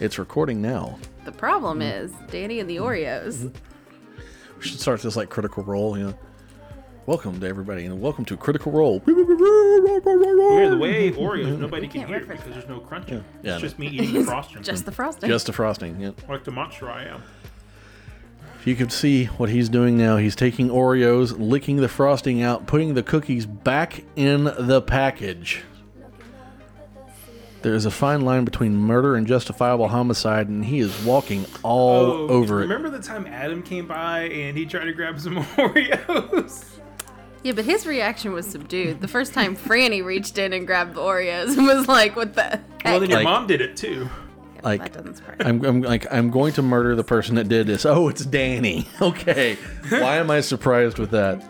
It's recording now. The problem Mm. is Danny and the Oreos. Mm-hmm. We should start this like critical role, you know. Welcome to everybody, and welcome to Critical Role. Yeah, the way Oreos, nobody can can't hear it reference because there's no crunching. Yeah, it's no. just me eating the frosting. Just the frosting. Just the frosting. Yep. like the monster I am. If you could see what he's doing now, he's taking Oreos, licking the frosting out, putting the cookies back in the package. There is a fine line between murder and justifiable homicide, and he is walking all Oh, over it. remember the time Adam came by and he tried to grab some Oreos? yeah, but his reaction was subdued. The first time Franny reached in and grabbed the Oreos and was like, "What the?" Heck? well, then your Like- mom did it too. Yeah, like- that doesn't surprise. me. I'm, I'm like I'm going to murder the person that did this. Oh, it's Danny. Okay, why am I surprised with that?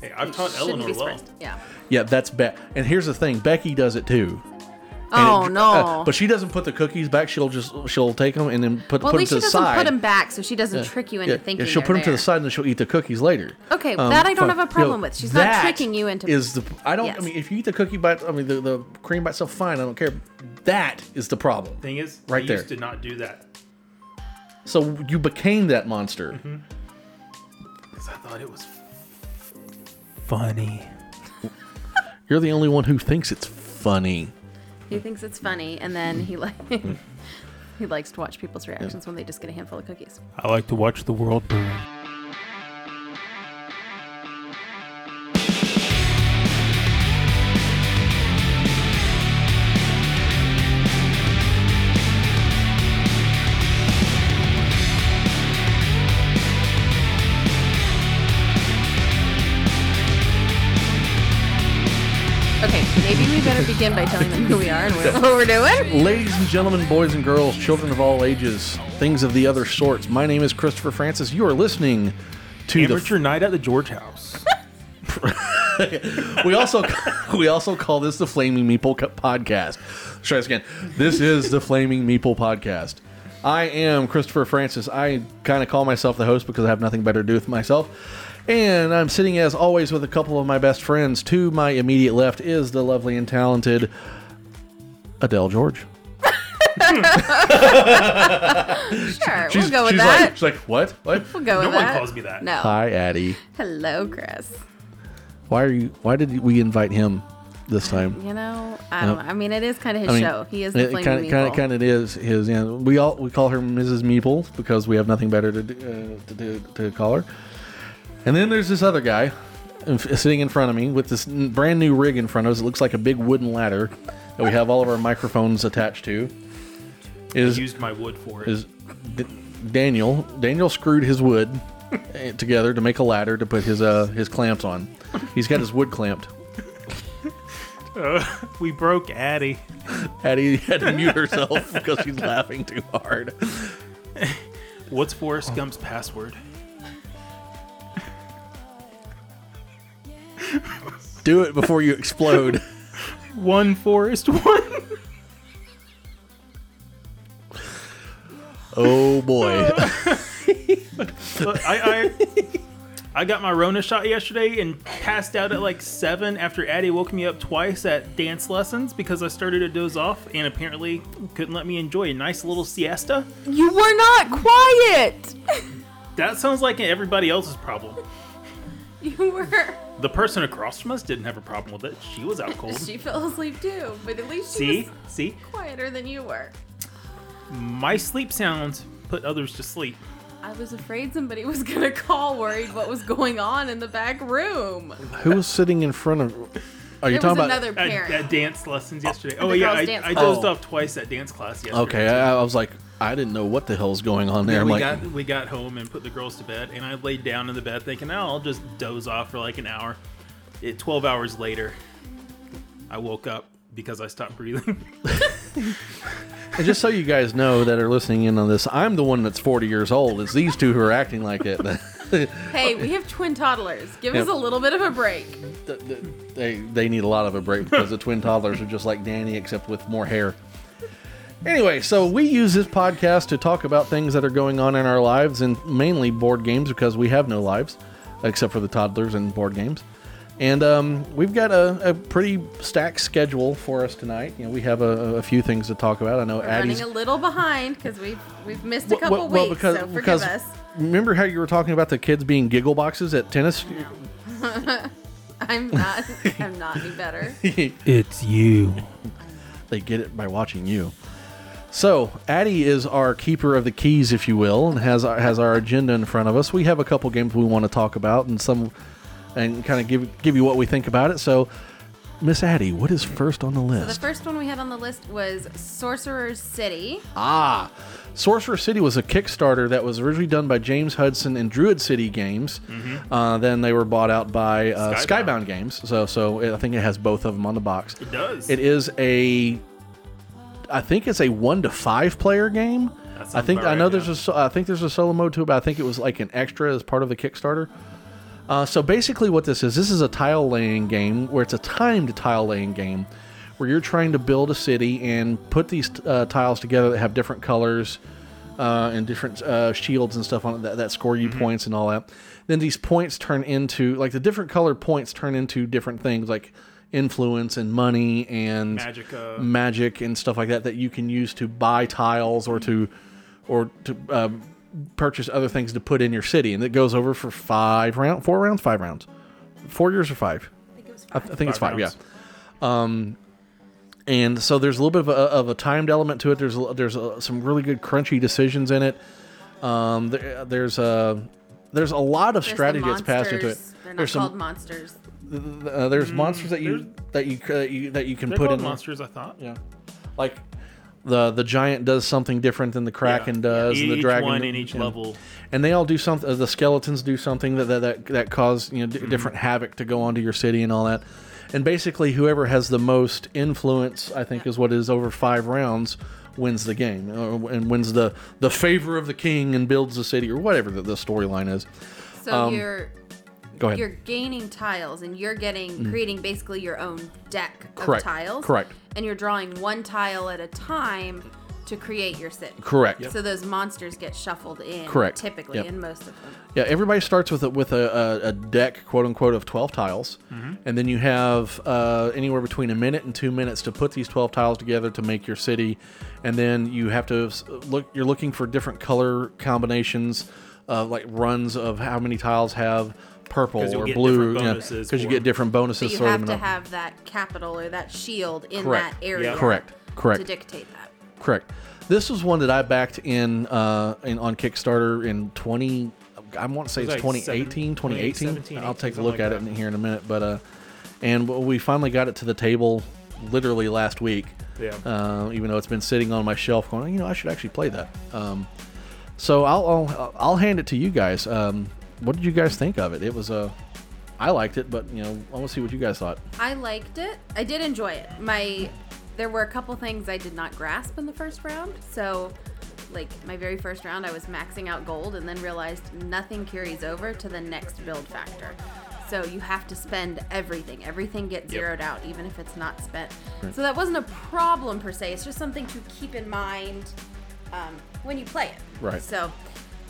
Hey, I've taught Shouldn't Eleanor be well. surprised. Yeah. Yeah, that's bad. And here's the thing: Becky does it too. And Oh it- no. uh, but she doesn't put the cookies back. She'll just she'll take them and then put well, at put them least she to the doesn't side. put them back, so she doesn't trick you into Yeah, thinking. yeah, she'll they're put them to there. the side and then she'll eat the cookies later. Okay, that I don't have a you know, problem with. She's not that tricking you into- Is the I don't. I Yes. mean, if you eat the cookie by I mean the, the cream by itself, fine. I don't care. That is the problem. Thing is, Right I there. used to not do that So you became that monster. because I thought it was f- funny. You're the only one who thinks it's funny. He thinks it's funny, and then he like Mm. he likes to watch people's reactions when they just get a handful of cookies. I like to watch the world burn. Okay, maybe we better begin by telling them who we are and what what we're doing. Ladies and gentlemen, boys and girls, children of all ages, things of the other sorts. My name is Christopher Francis. You are listening to the Amateur night at the George House. we also we also call this the Flaming Meeple Co- Podcast. Let's try this again. This is the Flaming Meeple Podcast. I am Christopher Francis. I kind of call myself the host because I have nothing better to do with myself. And I'm sitting as always with a couple of my best friends. To my immediate left is the lovely and talented Adele George. Sure, She's, we'll go with she's that. Like, she's like, what? What? we'll go No with one that. calls me that. No. Hi, Addie. Hello, Chris. Why are you? Why did we invite him this time? You know, I don't. know. I mean, it is kind of his I mean, show. He is the flaming kind of, kind meatball. of, kind of is his. You know, we all we call her Mrs. Meeple because we have nothing better to do, uh, to, do, to call her. And then there's this other guy in- sitting in front of me with this n- brand new rig in front of us. It looks like a big wooden ladder that we have all of our microphones attached to. Is Used my wood for it. is D- Daniel? Daniel screwed his wood eh, together to make a ladder to put his uh his clamps on. He's got his wood clamped. we broke Addie. Addie had to mute herself because she's laughing too hard. What's Forrest Gump's password? Do it before you explode. One Forrest, one. Oh boy. Look, I, I I got my Rona shot yesterday and passed out at like seven after Addie woke me up twice at dance lessons because I started to doze off and apparently couldn't let me enjoy a nice little siesta. you were not quiet. That sounds like everybody else's problem. You were. The person across from us didn't have a problem with it. She was out cold. She fell asleep too, but at least she See, was see, quieter than you were. my sleep sounds put others to sleep. I was afraid somebody was gonna call, worried what was going on in the back room. Who was sitting in front of Are you there was talking about another At, parent. at dance lessons yesterday. the Oh yeah, girls' I, dance I class. dozed Oh. off twice at dance class yesterday. Okay, I, I was like I didn't know what the hell's going on there. Yeah, I'm we like got we got home and put the girls to bed, and I laid down in the bed thinking, oh, I'll just doze off for like an hour. It, Twelve hours later, I woke up because I stopped breathing. And just so you guys know that are listening in on this, I'm the one that's 40 years old. It's these two who are acting like it. hey, we have twin toddlers. Give us Yeah. a little bit of a break. they they need a lot of a break because the twin toddlers are just like Danny except with more hair. Anyway, so we use this podcast to talk about things that are going on in our lives and mainly board games because we have no lives except for the toddlers and board games. And um, we've got a, a pretty stacked schedule for us tonight. You know, we have a, a few things to talk about. I know We're Addie's running a little behind because we've we've missed a Well, couple well, well, weeks. because, so forgive because us. remember how you were talking about the kids being giggle boxes at tennis? I'm not. I'm not any better. It's you. they get it by watching you. So Addie is our keeper of the keys, if you will, and has our, has our agenda in front of us. We have a couple games we want to talk about, and some, and kind of give give you what we think about it. So, Miss Addie, what is first on the The list? first one we had on the list was Sorcerer's City. ah, Sorcerer City was a Kickstarter that was originally done by James Hudson and Druid City Games. Uh, then they were bought out by uh, Skybound. Skybound. Games. So, so it, I think it has both of them on the box. It does. It is a, I think it's a one to five player game. That sounds I think about I know right, there's yeah. a so- I think there's a solo mode to it, but I think it was like an extra as part of the Kickstarter. Uh, so basically, what this is, this is a tile laying game where it's a timed tile laying game, where you're trying to build a city and put these uh, tiles together that have different colors uh, and different uh, shields and stuff on it that, that score you points and all that. Then these points turn into like the different colored points turn into different things like influence and money and Magicka. magic and stuff like that that you can use to buy tiles or to or to um, purchase other things to put in your city and it goes over for five round four rounds five rounds four years or five I think it was I, I think it's Five five, rounds. yeah. Um, and so there's a little bit of a, of a timed element to it. There's a- there's a, some really good crunchy decisions in it. Um, there, there's a there's a lot of strategy that's passed into it. They're not There's called some monsters. uh, there's monsters that you that you, uh, you that you can Mm, They're put called in monsters, I thought. yeah, like the the giant does something different than the kraken Yeah. does, and Each the dragon one in each yeah. level. and they all do something. uh, The skeletons do something that that that, that cause you know d- different havoc to go onto your city and all that. And basically, whoever has the most influence, I think, is what is over five rounds wins the game uh, and wins the the favor of the king and builds the city or whatever the, the storyline is. So you're Um, Go ahead. Mm. you're gaining tiles and you're getting creating basically your own deck Correct. of tiles. Correct. And you're drawing one tile at a time to create your city. Correct. So those monsters get shuffled in. Correct. Typically Yep. in most of them. Yeah, everybody starts with a, with a, a, a deck, quote unquote, of twelve tiles, Mm-hmm. and then you have uh, anywhere between a minute and two minutes to put these twelve tiles together to make your city, and then you have to s- look. You're looking for different color combinations, uh, like runs of how many tiles have purple 'Cause you'll or get blue, different because bonuses you for get them. different But bonuses. you sort have of to and- have that capital or that shield in Correct. that area. Yeah. Correct. Correct. To dictate that. Correct. This was one that I backed in uh in on Kickstarter in 20 I want to say it's was like 2018, seven- 2018. 2017, I'll take a something look like at that. it in here in a minute, but uh and we finally got it to the table literally last week. Yeah. Uh, even though it's been sitting on my shelf going, you know, I should actually play that. Um so I'll I'll, I'll hand it to you guys. Um what did you guys think of it? It was uh, I liked it, but you know, I want to see what you guys thought. I liked it. I did enjoy it. My there were a couple things I did not grasp in the first round. So like my very first round I was maxing out gold and then realized nothing carries over to the next build factor. So you have to spend everything. Everything gets Yep. zeroed out even if it's not spent. So that wasn't a problem per se. It's just something to keep in mind um, when you play it. Right. So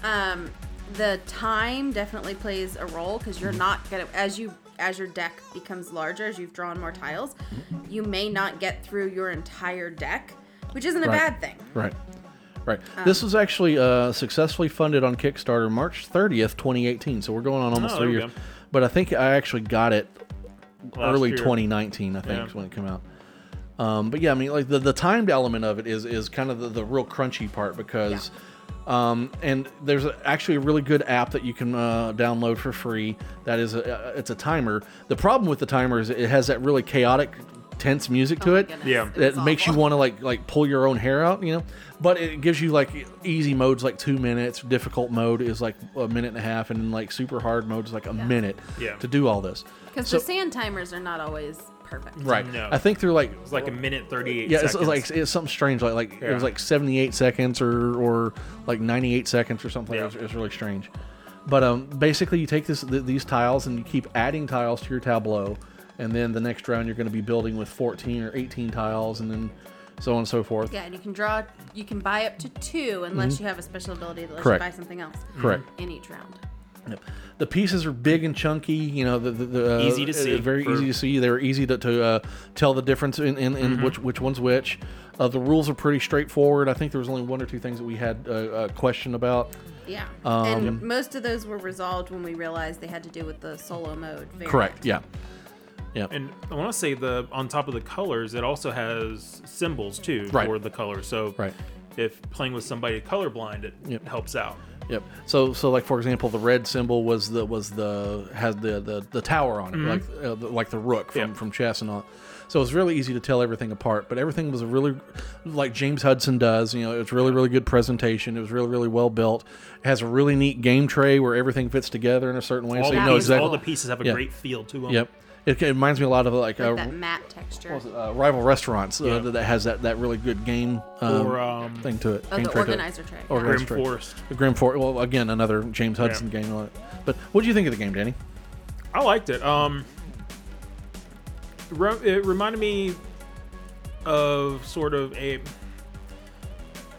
um, the time definitely plays a role because Mm-hmm. you're not gonna as you as your deck becomes larger as you've drawn more tiles, Mm-hmm. you may not get through your entire deck, which isn't a Right. bad thing. Right. Right. Um, this was actually uh, successfully funded on Kickstarter March 30th, 2018. So we're going on almost Oh, three there we years. go. But I think I actually got it Last early year. 2019, I think, Yeah. is when it came out. Um, but yeah, I mean, like the, the timed element of it is is kind of the, the real crunchy part because, um, and there's a, actually a really good app that you can uh, download for free. That is, a, it's a timer. The problem with the timer is it has that really chaotic, tense music to Oh my it goodness, Yeah. it that was makes you awful. want to like like pull your own hair out, you know. But it gives you like easy modes like two minutes. Difficult mode is like a minute and a half, and then like super hard mode is like a minute Yeah. to do all this. Because So- the sand timers are not always perfect. Right. No. I think they're like It's like a minute thirty-eight. yeah, it's, seconds. it's like it's something strange. Like like it Yeah. was like seventy eight seconds or or like ninety eight seconds or something. Yeah. It's, it's really strange. But um, basically, you take this th- these tiles and you keep adding tiles to your tableau, and then the next round you're going to be building with fourteen or eighteen tiles, and then so on and so forth. Yeah, and you can draw you can buy up to two unless you have a special ability that lets Mm-hmm. Correct. you buy something else Correct. in each round. The pieces are big and chunky. You know, the, the, the uh, Easy to uh, see Very for- easy to see. They were easy to, to uh, tell the difference in, in, Mm-hmm. in which which one's which. Uh, the rules are pretty straightforward. I think there was only one or two things that we had uh, a question about. Yeah. Um, and most of those were resolved when we realized they had to do with the solo mode. Variant. Correct. Yeah. Yeah. And I want to say the on top of the colors, it also has symbols too Right. for the color. So Right. if playing with somebody colorblind, it Yep. helps out. Yep. So so like for example, the red symbol was the was the had the the, the tower on it, like uh, the, like the rook from Mm-hmm. Yep. from chess and all. So it's really easy to tell everything apart, but everything was a really like James Hudson does. You know, it was really really good presentation. It was really really well built. It has a really neat game tray where everything fits together in a certain way, All, so the you know pieces, all exactly. the pieces have a Yeah. great feel to them. Yep. It, it reminds me a lot of like, Like uh, that matte texture. what was it, uh, rival restaurants uh, Yeah. that, that has that, that really good game um, Or, um, thing to it. Oh, game the tray to it. organizer tray. Organizer Grim That's true. Forest. The Grim Fort. Well, again, another James Hudson game. on it. But what do you think of the game, Danny? I liked it. Um, re- it reminded me of sort of a,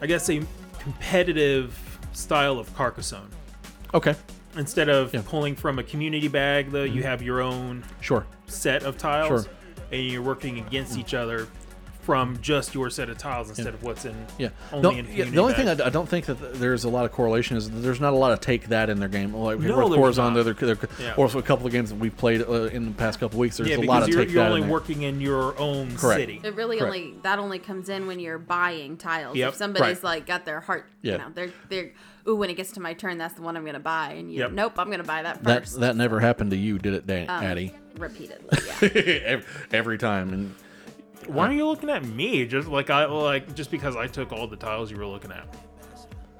I guess, a competitive style of Carcassonne. Okay, Instead of Yeah. pulling from a community bag, though, you have your own sure. set of tiles, Sure. and you're working against each other from just your set of tiles instead of what's in Yeah. only No, in yeah, community the only bag. thing I, I don't think that th- there's a lot of correlation is that there's not a lot of take that in their game. Like No, with there's Corazon, not. there, there, Yeah. or so a couple of games that we've played uh, in the past couple of weeks. There's yeah, a because lot of you're, take you're that. only in there. working in your own Correct. city. It really Correct. only that only comes in when you're buying tiles. Yep. If somebody's like got their heart, Yeah. you know, they're they're ooh when it gets to my turn, that's the one I'm gonna buy, and you Yep. nope, I'm gonna buy that That first. that never happened to you, did it, Dan- Um, Addy? repeatedly. Yeah. every, every time, and Why are you looking at me? Just like I like just because I took all the tiles you were looking at.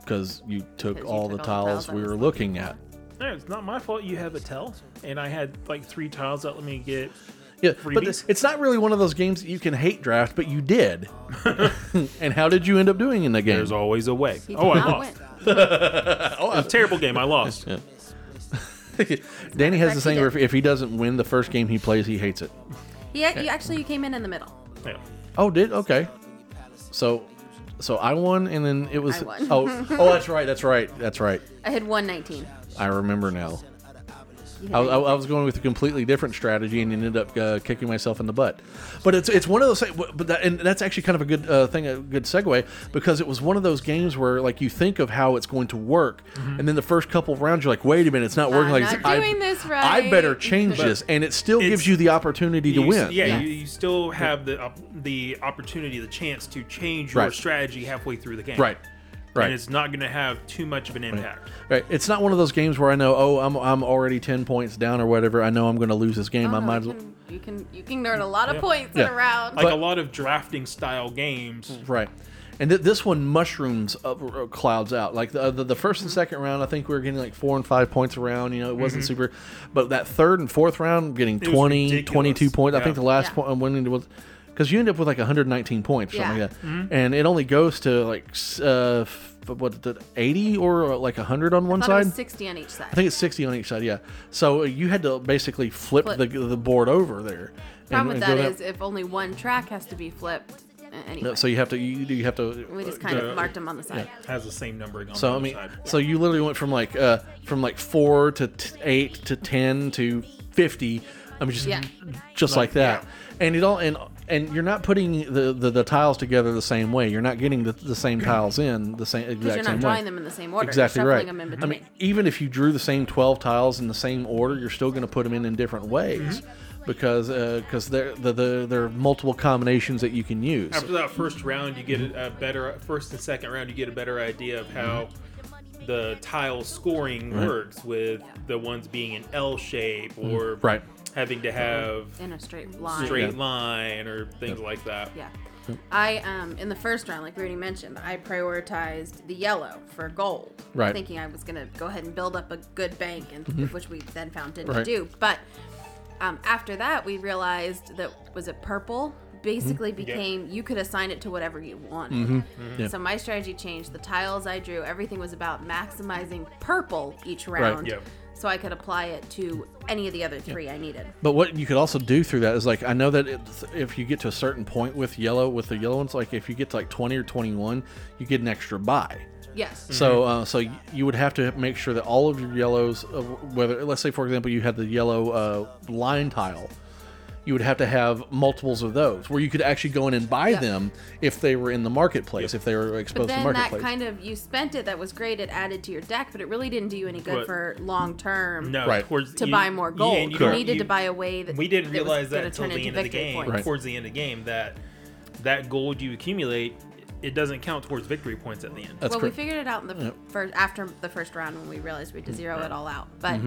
because you took 'Cause you all took the tiles I we was were looking at. No, it's not my fault you have a tell. And I had like three tiles that let me get. Yeah, but Freebies? it's not really one of those games that you can hate draft, but you did. and how did you end up doing in the game? There's always a way. He did Oh, I not lost. win. Terrible game. I lost. Danny has Correct, this thing he where if, did. if he doesn't win the first game he plays, he hates it. He had, you actually you came in in the middle. Yeah. Oh, did okay. So, so I won, and then it was I won. oh oh that's right that's right that's right. I had one nineteen. I remember now. You I, had was- I, I was going with a completely different strategy and ended up uh, kicking myself in the butt. But it's it's one of those. But that, and that's actually kind of a good uh, thing, a good segue because it was one of those games where like you think of how it's going to work, Mm-hmm. and then the first couple of rounds you're like, wait a minute, it's not working. I'm like not I- doing this I better right." change But this, and it still it's- gives you the opportunity to You win. s- yeah, Yeah. You, you still have the op- the opportunity, the chance to change your Right. strategy halfway through the game. Right. Right. And it's not going to have too much of an impact. Right. It's not one of those games where I know, oh, I'm I'm already ten points down or whatever. I know I'm going to lose this game. Oh, I no, might. as you, well can, you can you can earn a lot of points Yeah. in a round. Like But- a lot of drafting style games. Mm. Right. And th- this one mushrooms up, uh, clouds out. Like the, the the first Mm-hmm. and second round, I think we were getting like four and five points around. You know, it wasn't super. But that third and fourth round, getting was 20, ridiculous. 22 points. I Yeah. think the last Yeah. point I'm winning was because you end up with like 119 points, or something Yeah. Mm-hmm. like that. And it only goes to like s- uh, f- what the 80 or uh, like 100 on I one thought side. it was sixty on each side. I think it's 60 on each side, yeah. So uh, you had to basically flip, Flip. The, the board over there. the problem with go that down- is if only one track has to be flipped. uh, Anyway, No, so you have to you, you have to uh, we just kind the- of marked them on the side. Has the same numbering on the so I other mean side. so you literally went from like uh from like 4 to t- 8 to 10 to 50 I mean just Yeah. just like, that. And it all and and you're not putting the, the, the tiles together the same way. You're not getting the, the same tiles in the same exact Because you're not same drawing way. them in the same order. Exactly you're right. shuffling Them in I between. mean, even if you drew the same twelve tiles in the same order, you're still going to put them in in different ways Mm-hmm. because because there the, the, there are multiple combinations that you can use. After that first round, you get a better first and second round. You get a better idea of how the tile scoring works with the ones being an L shape or Mm. Right. having to have in a straight line. straight line or things like that. Yeah. I um in the first round, like we already mentioned, I prioritized the yellow for gold, Right. Mm-hmm. thinking I was gonna go ahead and build up a good bank, and which we then found didn't Right. do. But um, after that, we realized that was it purple basically Mm-hmm. became you could assign it to whatever you wanted. Yeah. So my strategy changed. The tiles I drew, everything was about maximizing purple each round, Yep. so I could apply it to any of the other three I needed. But what you could also do through that is like I know that it, if you get to a certain point with yellow with the yellow ones, like if you get to like twenty or twenty one, you get an extra buy. Yes. So, uh, so y- you would have to make sure that all of your yellows, of whether let's say for example you had the yellow uh, line tile, you would have to have multiples of those where you could actually go in and buy Yep. them if they were in the marketplace, if they were exposed But to the then that marketplace. kind of you spent it. That was great. It added to your deck, but it really didn't do you any good Right. for long term. No, Right. towards To you- buy more yeah, gold, and you, don't- needed you- to buy a way that We didn't that was realize that gonna until turn the into end of the victory game, points. Right. towards the end of the game, that that gold you accumulate, it doesn't count towards victory points at the end. That's well, correct. we figured it out in the first after the first round when we realized we had to Mm-hmm. zero it all out, but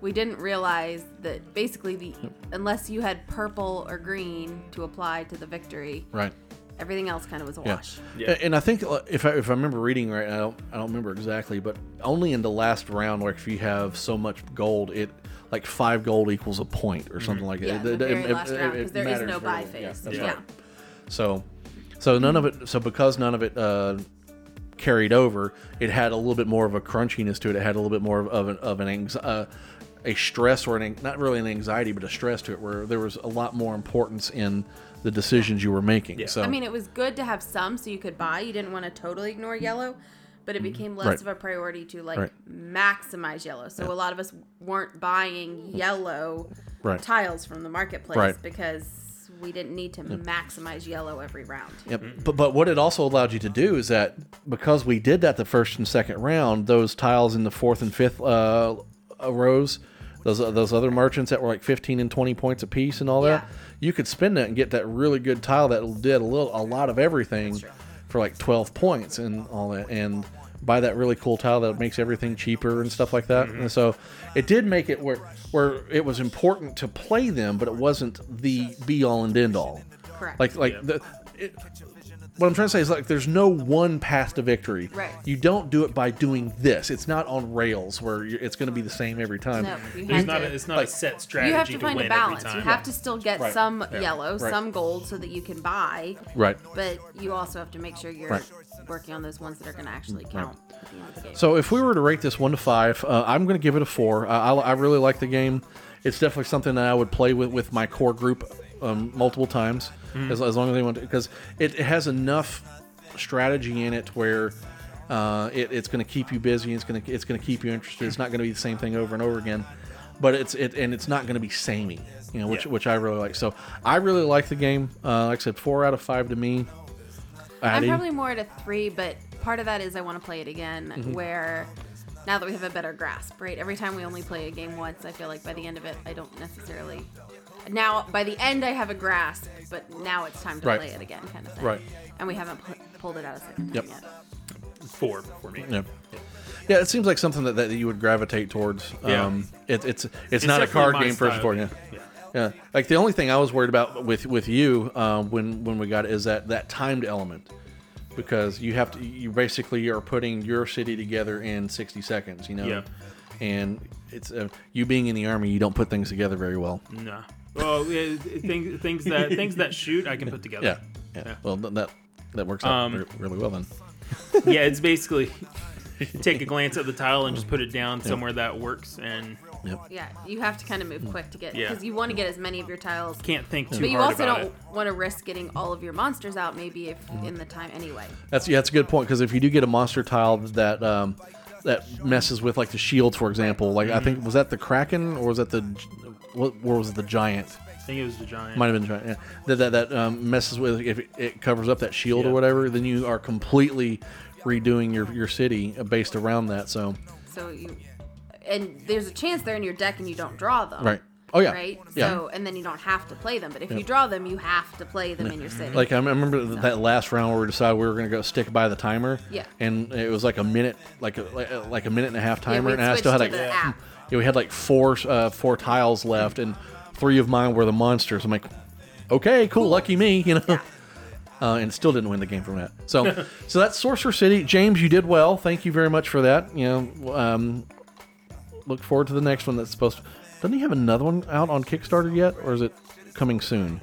we didn't realize that basically the unless you had purple or green to apply to the victory, right. everything else kind of was a Yeah. wash. Yeah. A- And I think uh, if I, if I remember reading right, I don't, I don't remember exactly, but only in the last round, like if you have so much gold, it like five gold equals a point or Mm-hmm. something like Yeah, that. the It- very it- last it- round it because there is matters no very buy little. phase. Yeah, that's yeah. right. So, so none of it. So because none of it uh, carried over, it had a little bit more of a crunchiness to it. It had a little bit more of, of an of an anx- uh, a stress or an an not really an anxiety, but a stress to it, where there was a lot more importance in the decisions you were making. Yeah. So I mean, it was good to have some so you could buy. You didn't want to totally ignore yellow, but it became less Mm-hmm. Right. of a priority to like Right. maximize yellow. So a lot of us weren't buying yellow Mm-hmm. Right. tiles from the marketplace Right. because we didn't need to maximize yellow every round. Yep. But but what it also allowed you to do is that because we did that the first and second round, those tiles in the fourth and fifth uh, rows, those uh, those other merchants that were like fifteen and twenty points apiece and all that, Yeah. you could spend that and get that really good tile that did a little a lot of everything for like twelve points and all that and buy that really cool tile that makes everything cheaper and stuff like that. And so it did make it where where it was important to play them, but it wasn't the be all and end all. Correct. Like like Yeah. the, it, what I'm trying to say is like there's no one path to victory. Right. You don't do it by doing this. It's not on rails where you it's going to be the same every time. no, you There's have not to. a, it's not Like- a set strategy you have to find win a balance. every You time. have to still get Right. some yellow, Right. some gold, so that you can buy. Right. But you also have to make sure you're Right. working on those ones that are going to actually count at the end of the game. So if we were to rate this one to five, uh, I'm going to give it a four. Uh, I, I, I really like the game. It's definitely something that I would play with with my core group um, multiple times, as, as long as they want to, because it, it has enough strategy in it where uh, it, it's going to keep you busy. It's going to it's going to keep you interested. It's not going to be the same thing over and over again, but it's it and it's not going to be samey, you know, which Yeah. which I really like. So I really like the game. Uh, like I said, four out of five to me. I'm Addie? probably more at a three, but part of that is I want to play it again. Where now that we have a better grasp, right? Every time we only play a game once, I feel like by the end of it, I don't necessarily. Now by the end, I have a grasp, but now it's time to Right. play it again, kind of thing. Right. And we haven't pu- pulled it out a second Yep. time yet. four for me. Yeah. Yeah, it seems like something that, that you would gravitate towards. Yeah. Um, it, it's it's not a card game first and foremost. Yeah. yeah, like the only thing I was worried about with with you um, when when we got it is that that timed element because you have to you basically are putting your city together in sixty seconds. You know. Yeah. And it's uh, you being in the army, you don't put things together very well. Nah. Well, yeah, things, things that things that shoot, I can put together. Yeah. Yeah. Yeah. Well, th- that that works out Um, re- really well then. yeah, it's basically take a glance at the tile and just put it down somewhere that works and Yeah, you have to kind of move quick to get Yeah. because you want to get as many of your tiles. can't think too but you hard also about don't it. want to risk getting all of your monsters out, maybe if in the time anyway. That's yeah, that's a good point because if you do get a monster tile that um, that messes with like the shields, for example, like I think was that the kraken or was that the what or was it the giant? I think it was the giant. Might have been the giant. Yeah. That that, that um, messes with if it, it covers up that shield or Yeah. whatever, then you are completely redoing your your city uh, based around that. So So you, and there's a chance they're in your deck and you don't draw them. right. Oh yeah. Right? Yeah. So, and then you don't have to play them. But if you draw them, you have to play them in your city. Like I m- I remember th- that last round where we decided we were going to go stick by the timer. Yeah. And it was like a minute, like a, like a- like a minute and a half Yeah, timer, we and I switched still had to like the app. yeah, we had like four uh, four tiles left, and three of mine were the monsters. I'm like, okay, cool, lucky me, you know. Uh, and still didn't win the game from that. So, so that's Sorcerer City. James, you did well. Thank you very much for that. You know, um, look forward to the next one. That's supposed. to... Doesn't he have another one out on Kickstarter yet, or is it coming soon?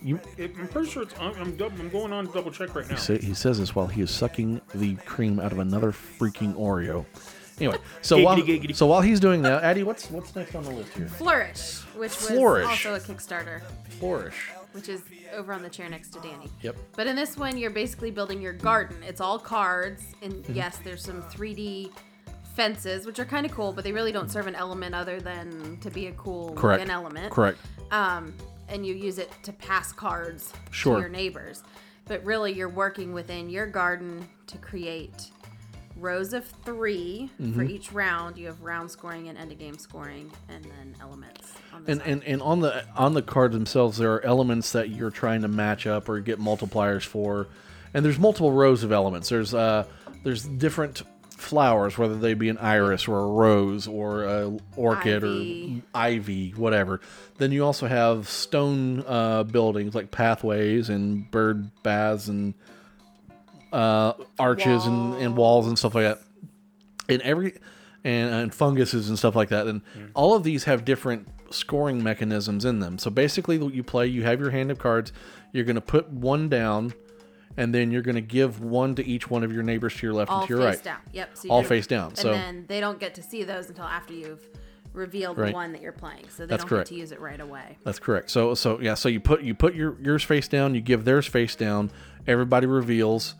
You, It- I'm pretty sure it's. I'm, I'm, dou- I'm going on to double check right now. Say- He says this while he is sucking the cream out of another freaking Oreo. Anyway, so Giggity, while giggity. so while he's doing that, Addie, what's what's next on the list here? Flourish, which was Flourish. also a Kickstarter. Flourish. which is over on the chair next to Danny. Yep. But in this one, you're basically building your garden. It's all cards, and Mm-hmm. yes, there's some 3D fences, which are kind of cool, but they really don't serve an element other than to be a cool Correct. an element. Correct. Um, and you use it to pass cards Sure. to your neighbors. But really, you're working within your garden to create rows of 3 Mm-hmm. for each round. You have round scoring and end of game scoring, and then elements. On the And, side. and and on the on the cards themselves, there are elements that you're trying to match up or get multipliers for, and there's multiple rows of elements. There's uh there's different flowers, whether they be an iris or a rose or a orchid Ivy. or ivy, whatever. Then you also have stone uh, buildings like pathways and bird baths and uh, arches and, and walls and stuff like that. and every and, and funguses and stuff like that and all of these have different scoring mechanisms in them so basically what you play you have your hand of cards you're going to put one down and then you're going to give one to each one of your neighbors to your left all and to your face right down. Yep. So All do- face down, And so- then they don't get to see those until after you've revealed Right. the one that you're playing. So they That's don't correct. get to use it right away. that's correct so so yeah so you put you put your yours face down you give theirs face down everybody reveals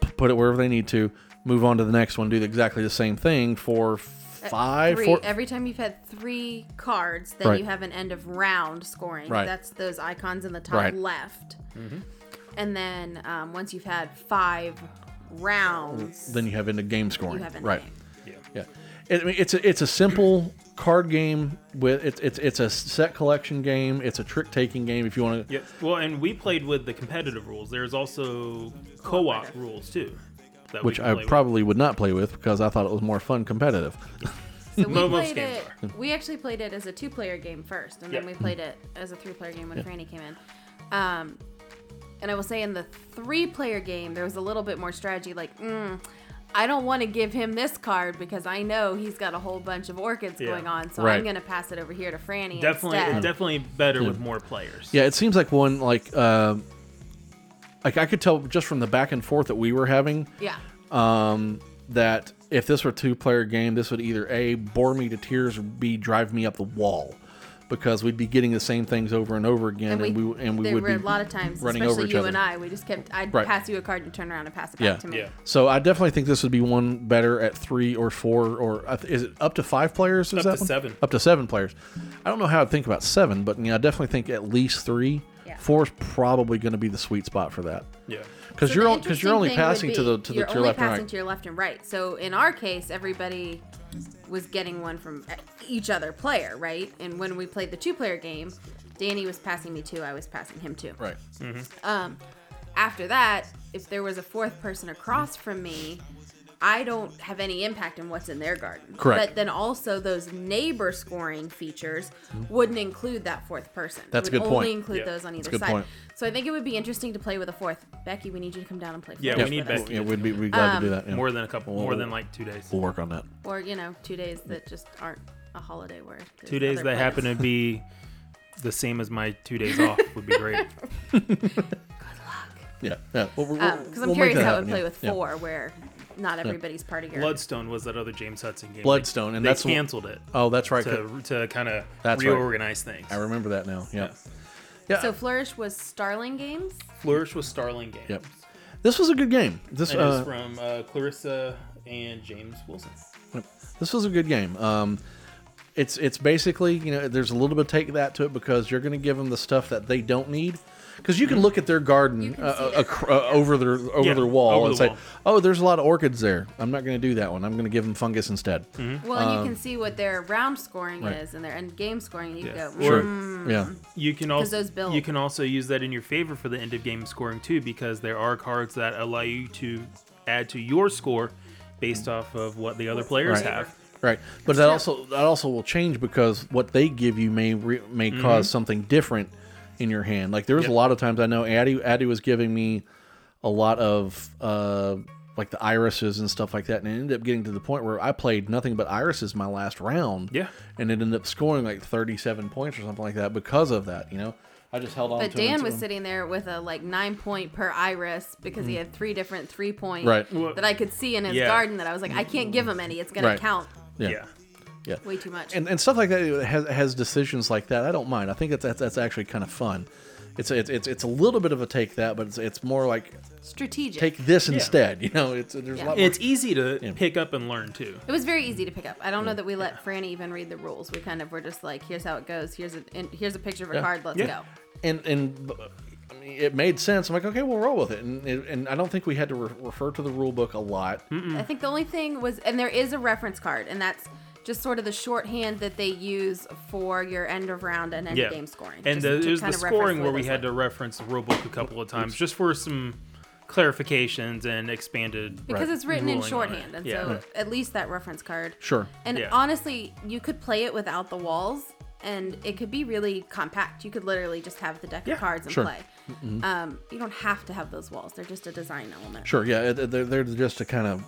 p- put it wherever they need to move on to the next one do exactly the same thing for five Uh, three. four Every time you've had three cards, then Right. you have an end of round scoring. Right. That's those icons in the top Right. Mm-hmm. left. And then um, once you've had five rounds, then you have into game scoring you have an Mm. right name. Yeah. Yeah, it, I mean, it's a, it's a simple card game with it's it's it's a set collection game. It's a trick taking game if you want to. Yes. Well, and we played with the competitive rules. There's also co-op rules too. That we Which can play I with. probably would not play with because I thought it was more fun competitive. So we Mo- most played games it. We actually played it as a two-player game first, and then Yeah. we played it as a three-player game when Franny came in. Um, and I will say, in the three-player game, there was a little bit more strategy. Like, mm, I don't want to give him this card because I know he's got a whole bunch of orchids Yeah. going on, so Right. I'm going to pass it over here to Franny definitely instead. definitely better with more players. Hmm. Yeah, it seems like one like uh, like I could tell just from the back and forth that we were having yeah. um, that if this were a two player game, this would either a bore me to tears or b drive me up the wall. Because we'd be getting the same things over and over again, and we, and we there would were be a lot of times, running especially over each you other. and I, we just kept. I'd Right. pass you a card and turn around and pass it back Yeah. to me. Yeah. So I definitely think this would be one better at three or four or I th- is it up to five players? Is Up that to one? seven. Up to seven players. I don't know how I'd think about seven, but yeah, I definitely think at least three. Yeah. Four is probably going to be the sweet spot for that Yeah. because So the you're because you're interesting only thing would passing to be the to the you're to your only left and passing right. to your left and right. So in our case, everybody was getting one from eh, each other player, right? And when we played the two-player game, Danny was passing me two, I was passing him two. right. After that, if there was a fourth person across from me, I don't have any impact on what's in their garden. Correct. But then also those neighbor scoring features wouldn't include that fourth person. That's it a would good only point. include Yeah. those on either good side. point. So I think it would be interesting to play with a fourth. Becky, we need you to come down and play. Yeah, fourth we need with us. Becky. Yeah, we'd be we'd be glad to do that. yeah. More than a couple. More Well- than like two days. we'll work on that. or you know two days that just aren't a holiday word Two days that happen to be the same as my two days off would be great. Yeah, yeah. Well, we're, because we're- Uh, i'm we'll make curious that how it happen, would play yeah, with yeah. four where not everybody's party gear Bloodstone was that other James Hudson game. Bloodstone, and they that's the one- canceled it Oh, that's right. to to kind of That's right. reorganize things. I remember that now. Yeah. Yeah. Yeah. uh, so flourish was starling games Flourish was Starling Games. yep. This was a good game. This And it uh, was from uh, Clarissa and James Wilson. This was a good game. Um, it's it's basically you know there's a little bit of take that to it because you're going to give them the stuff that they don't need because you can look at their Mm-hmm. garden can see uh, their acro- uh, over their over Yeah, their wall over and the say, wall. oh, there's a lot of orchids there. I'm not going to do that one. I'm going to give them fungus instead. Mm-hmm. Hmm? well and you can see what their round scoring Um, right. is and their end game scoring and you Yes. go Sure. mm, Yeah. You can also those build. you can also use that in your favor for the end of game scoring too, because there are cards that allow you to add to your score based off of what the other players Right. have. Right, but that also that also will change because what they give you may re, may cause something different in your hand. Like there was Mm-hmm. Yep. a lot of times I know Addie Addie was giving me a lot of uh, like the irises and stuff like that, and it ended up getting to the point where I played nothing but irises my last round. Yeah. and it ended up scoring like thirty seven points or something like that because of that. You know, I just held on. but to dan it was sitting there with a like nine point per iris because he had three different three point Right. Hmm. Mm. Well- that i could see in his Yeah. garden that i was like i can't give him any it's gonna Right. count Yeah. yeah. way too much and, and stuff like that has, has decisions like that. I don't mind. I think that that's, that's actually kind of fun. It's a, it's it's it's a little bit of a take that, but it's it's more like Strategic. take this instead. You know, it's there's a Yeah. lot. More, It's easy to pick up and learn too. it was very easy to pick up. I don't know that we let Franny even read the rules. We kind of were just like, here's how it goes. Here's a and here's a picture of a Yeah. card. Let's Yeah. go. and and b- I mean, it made sense. I'm like, okay, we'll roll with it. And it- and I don't think we had to re- refer to the rule book a lot. Hmm. Mm. I think the only thing was, and there is a reference card, and that's just sort of the shorthand that they use for your end of round and end Yeah, of game scoring. And just the, to it was the kind of reference scoring where what we those had look. to reference the rulebook a couple of times just for some clarifications and expanded. because Right. it's written in ruling on it. shorthand, and Yeah. so at least that reference card. Sure. And Yeah. honestly, you could play it without the walls, and it could be really compact. You could literally just have the deck Yeah, Mm-hmm. of cards and sure. play. Um, you don't have to have those walls; they're just a design element. Sure, yeah, it- they're, they're just to kind of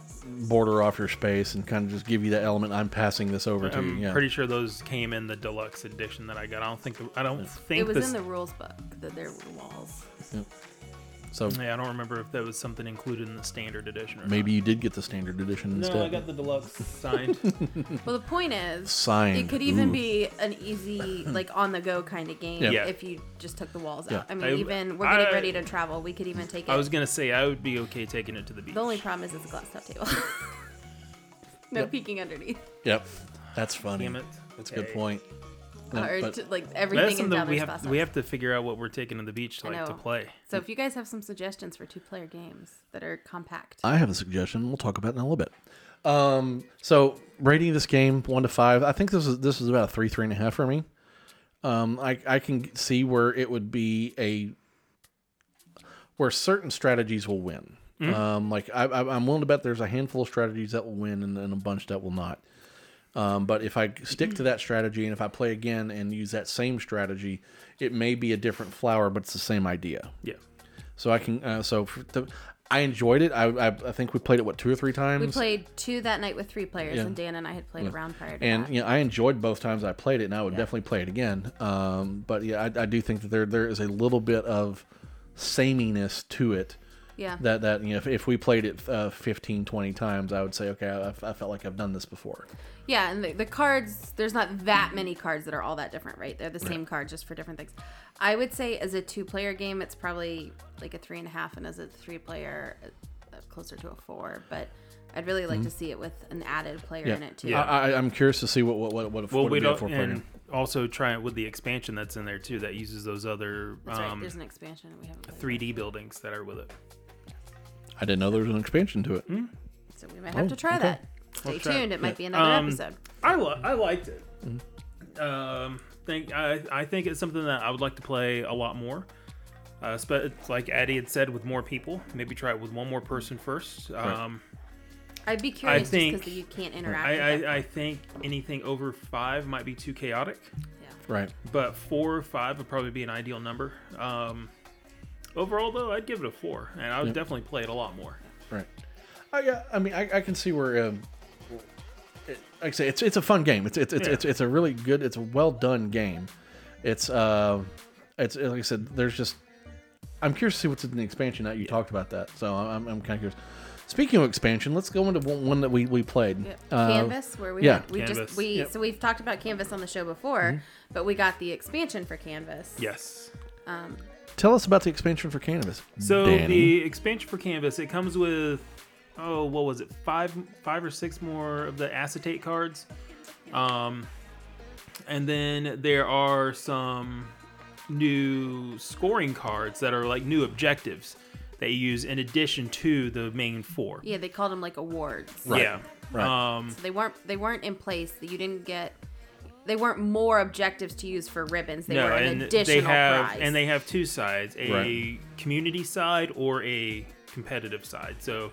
border off your space and kind of just give you that element. I'm passing this over to I'm you. Yeah, pretty sure those came in the deluxe edition that I got. I don't think I don't think It was this, in the rules book that there were walls. so Yeah, I don't remember if that was something included in the standard edition. Or maybe you did get the standard edition not. instead. no, I got the deluxe signed. Well, the point is, Signed. it could even Ooh. be an easy, like on the go kind of game Yeah. Yeah. if you just took the walls Yeah. out. I mean, I- even we're getting I- ready to travel, we could even take it. I was gonna say I would be okay taking it to the beach. the only problem is it's a glass top table. no peeking underneath, Yep, that's funny. Damn it. That's a good Hey. point. No, or but- to, like That's everything in something down we there's have. glass We tops. have to figure out what we're taking to the beach to, I like to know. play. So if you guys have some suggestions for two-player games that are compact, I have a suggestion. We'll talk about it in a little bit. Um, so rating this game one to five. I think this is this is about a three, three and a half for me. Um, I I can see where it would be a where certain strategies will win. Um, like I, I, I'm willing to bet there's a handful of strategies that will win and, and a bunch that will not. Um, but if I stick to that strategy and if I play again and use that same strategy, it may be a different flower, but it's the same idea. Yeah. So I can. Uh, so for the, I enjoyed it. I, I I think we played it what two or three times. we played two that night with three players, Yeah. and Dan and I had played a round prior to and that. you know, I enjoyed both times I played it, and I would definitely play it again. Um, but yeah, I, I do think that there there is a little bit of sameness to it. Yeah, That that you know, if, if we played it uh, 15, 20 times, I would say okay, I, I felt like I've done this before. yeah, and the, the cards. There's not that many cards that are all that different, right? They're the same card, just for different things. I would say as a two-player game, it's probably like a three and a half, and as a three-player, uh, closer to a four. But I'd really Hmm. like to see it with an added player in it too. Yeah. I, I, I'm curious to see what what what what, Well, what we would be a don't, four player. and also try it with the expansion that's in there too. That uses those other That's right. um, There's an expansion we haven't. played. 3D buildings that are with it. I didn't know there was an expansion to Hmm? it. So we might have Oh, to try okay. that. Stay We'll try it. tuned. It might be another Um, episode. I li- I liked it. Um, think I I think it's something that I would like to play a lot more. Uh, spe- like Addie had said, with more people, maybe try it with one more person first. Um, I'd be curious just think- because you can't interact. I, with that. I I think anything over five might be too chaotic, yeah. Right. but four or five would probably be an ideal number. Um, overall, though, I'd give it a four, and I would definitely play it a lot more. Right. I, Uh, yeah, I mean, I, I can see where, um, it, like I say, it's it's a fun game. It's it's it's, Yeah. it's it's a really good. It's a well done game. It's uh, it's like I said. There's just, I'm curious to see what's in the expansion. That you talked about that, so I'm I'm kind of curious. Speaking of expansion, let's go into one, one that we we played. Yeah. Uh, Canvas, where we yeah. had- we Canvas. just we Yep. so we've talked about Canvas on the show before, Mm-hmm. but we got the expansion for Canvas. Yes. Tell us about the expansion for Canvas. So Danny. the expansion for Canvas, it comes with oh, what was it? Five five or six more of the acetate cards. Um and then there are some new scoring cards that are like new objectives that you use in addition to the main four. Yeah, they called them like awards. Right. Yeah. Right. Um So they weren't they weren't in place. That you didn't get. They weren't more objectives to use for ribbons. They no, were an and additional they have prize. and they have two sides, a Right. community side or a competitive side. So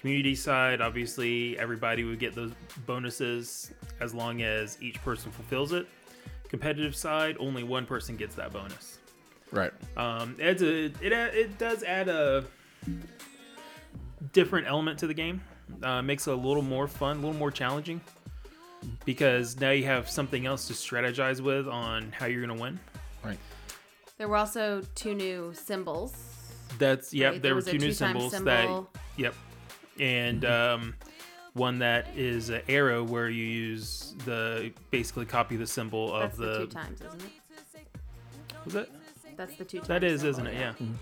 community side, obviously everybody would get those bonuses as long as each person fulfills it. Competitive side, only one person gets that bonus. right. Um, it's a, it a- it does add a different element to the game. Uh, makes it a little more fun, a little more challenging because now you have something else to strategize with on how you're going to win. Right. there were also two new symbols. That's yep. Right, there There were was a two new two-time symbols symbol. Mm-hmm. that yep, and um, one that is an arrow where you use the basically copy the symbol That's of the, two the, times, isn't it? was it That's the two. That is, isn't it? Oh, Yeah. Mm-hmm.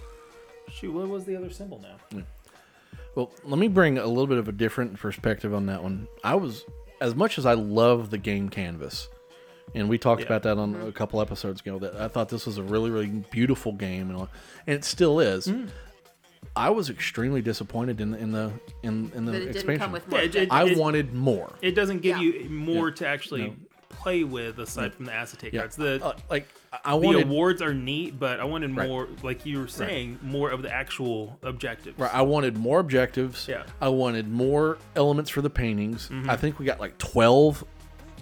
Shoot, what was the other symbol now? Well, let me bring a little bit of a different perspective on that one. I was, as much as I love the game canvas, and we talked Yeah. about that Mm-hmm. on a couple episodes ago, that I thought this was a really, really beautiful game, and, all- and it still is. Mm. I was extremely disappointed in the in the in, in the But it expansion. didn't come with Yeah, more. it- objectives. I It- wanted more. It doesn't give Yeah. you more to actually No. play with aside from the acetate Yeah, cards. The uh, like I- I the wanted awards are neat, but I wanted Right. more, like you were saying, more of the actual objectives. Right, I wanted more objectives. Yeah. Mm-hmm. I wanted more elements for the paintings. I think we got like twelve,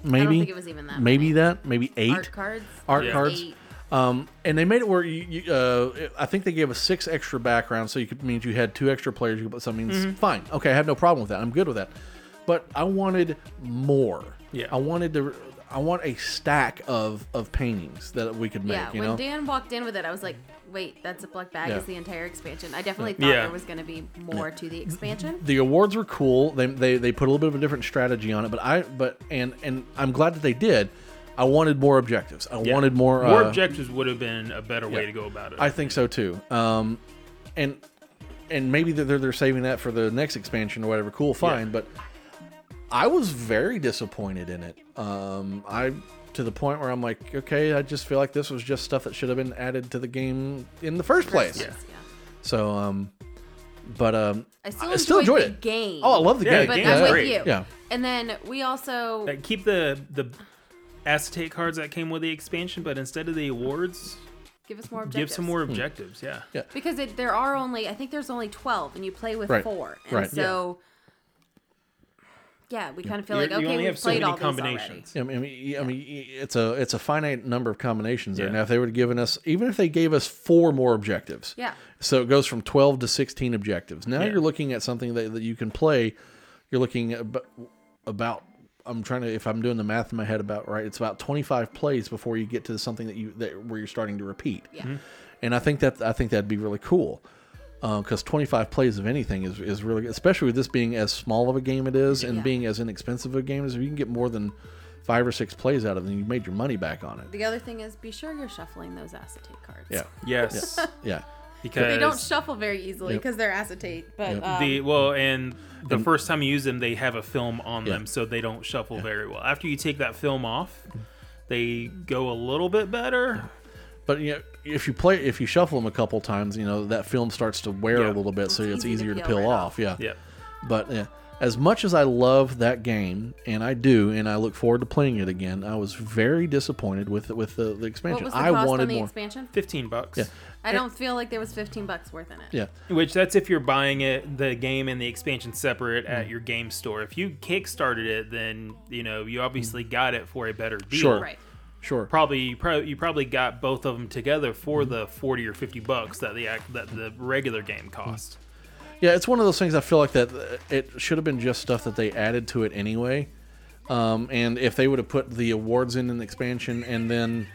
maybe. think it was even that Maybe many. that. Maybe eight Art cards. Art Yeah. cards. Eight. Um, and they made it where you, you uh, I think they gave us six extra backgrounds, so you could means you had two extra players. You could put something. Fine. Okay, I have no problem with that. I'm good with that. But I wanted more. Yeah. I wanted to. I want a stack of of paintings that we could make. Yeah, you when know. Dan walked in with it, I was like, "Wait, that Ziploc bag Yeah. is the entire expansion." I definitely thought Yeah. there was going to be more to the expansion. the awards were cool. They, they they put a little bit of a different strategy on it, but I but and and I'm glad that they did. I wanted more objectives. I Yeah. wanted more. More uh, objectives would have been a better way to go about it. I think so too. Um, and and maybe they're they're saving that for the next expansion or whatever. Cool, fine. But I was very disappointed in it. Um, I to the point where I'm like, okay, I just feel like this was just stuff that should have been added to the game in the first place. Yeah. So um, but um, I still, I still enjoyed enjoyed the it. game. oh, I love the Yeah, game. But game's yeah. I'm with great. you. Yeah. And then we also Like, keep the the acetate cards that came with the expansion, but instead of the awards, give us more objectives. give some more objectives. Yeah. Hmm. Yeah. because it, there are only I think there's only twelve, and you play with Right. four, and Right. Yeah. so yeah. we kind of feel You're- like okay, you only we've have so played many all these already. combinations. Yeah, I mean, y- I mean, y- it's a it's a finite number of combinations there. Yeah. Now, if they would have given us, even if they gave us four more objectives, Yeah. So it goes from twelve to sixteen objectives. Now Yeah. you're looking at something that, that you can play. You're looking ab- about. I'm trying to, if I'm doing the math in my head about right, it's about 25 plays before you get to something that you that where you're starting to repeat. Yeah. Hmm? And I think that I think that'd be really cool. Because 25 plays of anything is, is really, especially with this being as small of a game it is and Yeah. being as inexpensive a game as, if you can get more than five or six plays out of it, then you made your money back on it. The other thing is be sure you're shuffling those acetate cards. Yeah, Yes. yeah. Because They don't shuffle very easily Yep. because they're acetate, but um, the well and the first time you use them they have a film on Yeah. them so they don't shuffle very well after you take that film off Mm-hmm. they go a little bit better But you know, if you play, if you shuffle them a couple times, you know that film starts to wear Yeah. a little bit, so it's, easy to easier to peel, peel right off. Yeah, yeah But yeah, as much as I love that game, and I do, and I look forward to playing it again, I was very disappointed with with the, the what expansion. was the I cost wanted on the more. expansion? 15 bucks Yeah. I don't feel like there was fifteen bucks worth in it. Yeah, which that's if you're buying it the game and the expansion separate at Mm-hmm. your game store if you kickstarted it then you know you obviously got it for a better deal Mm-hmm. Sure. Right. sure. probably you probably you probably got both of them together for the 40 or 50 bucks that the act- that the regular game cost Yeah, it's one of those things. I feel like that uh, it should have been just stuff that they added to it anyway. Um, and if they would have put the awards in an expansion and then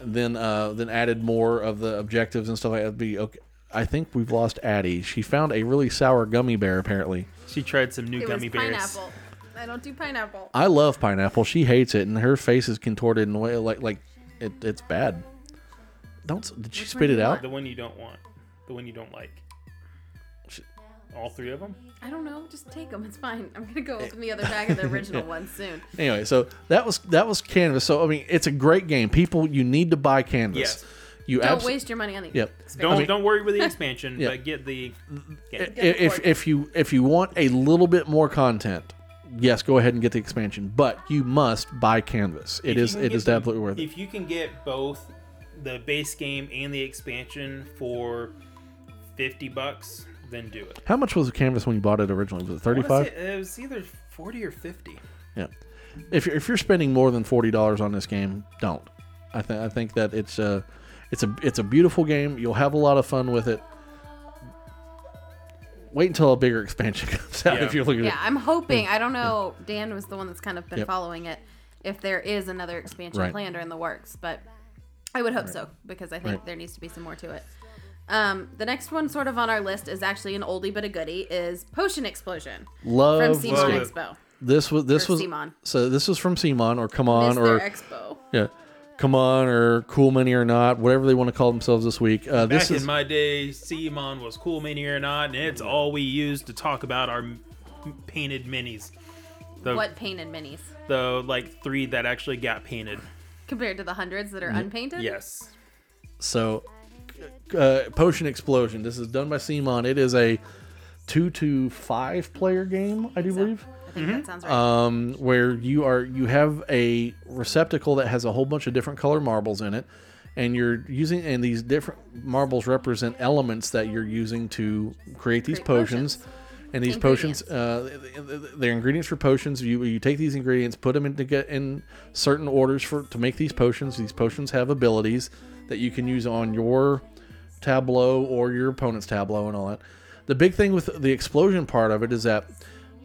then uh, then added more of the objectives and stuff, like that, would be okay. I think we've lost Addie. She found a really sour gummy bear. Apparently, she tried some new It was gummy bears pineapple. I don't do pineapple. I love pineapple. She hates it, and her face is contorted in a way like like it, it's bad. Don't s- did she Which one spit do it you out? The one you don't want. The one you don't like. Sh- All three of them? I don't know. Just take them. It's fine. I'm gonna go Eh. open the other bag of the original one soon. Anyway, so that was that was Canvas. So I mean, it's a great game. People, you need to buy Canvas. Yes. You Don't abso- waste your money on these. Yep. Don't I mean- don't worry with the expansion, Yeah. but get the I- game. if if you if you want a little bit more content, yes, go ahead and get the expansion. But you must buy Canvas. It If you is can it get is the- definitely worth it. If you can get both the base game and the expansion for 50 bucks, then do it. How much was the Canvas when you bought it originally? Was it I thirty wanna five? say It was either 40 or 50. Yeah. If you're, if you're spending more than forty dollars on this game, don't. I think I think that it's a it's a it's a beautiful game. You'll have a lot of fun with it. Wait until a bigger expansion comes out Yeah. if you're looking. Yeah, I'm hoping. I don't know. Dan was the one that's kind of been Yep. following it. If there is another expansion Right. planned or in the works, but I would hope so because I think Right. there needs to be some more to it. Um, the next one, sort of on our list, is actually an oldie but a goodie. Is Potion Explosion At, love from this, Simon game. Love it. Expo? this was this Or was Simon. so this was from Simon or Come Miss On their or Expo. Yeah. Come on, or Cool Money or not, whatever they want to call themselves this week. Uh, Back this in is my day, Seamon was cool mini or not, and it's all we used to talk about our m- painted minis. The, What painted minis The like three that actually got painted. compared to the hundreds that are unpainted? Yes. so uh, Potion Explosion. This is done by Simon. It is a two to five player game, I do So, believe. I Mm-hmm. think that sounds right. um, where you are you have a receptacle that has a whole bunch of different color marbles in it and you're using and these different marbles represent elements that you're using to create these Create potions. potions. and these potions uh, they're ingredients for potions you you take these ingredients put them into get in certain orders for to make these potions these potions have abilities that you can use on your tableau or your opponent's tableau and all that the big thing with the explosion part of it is that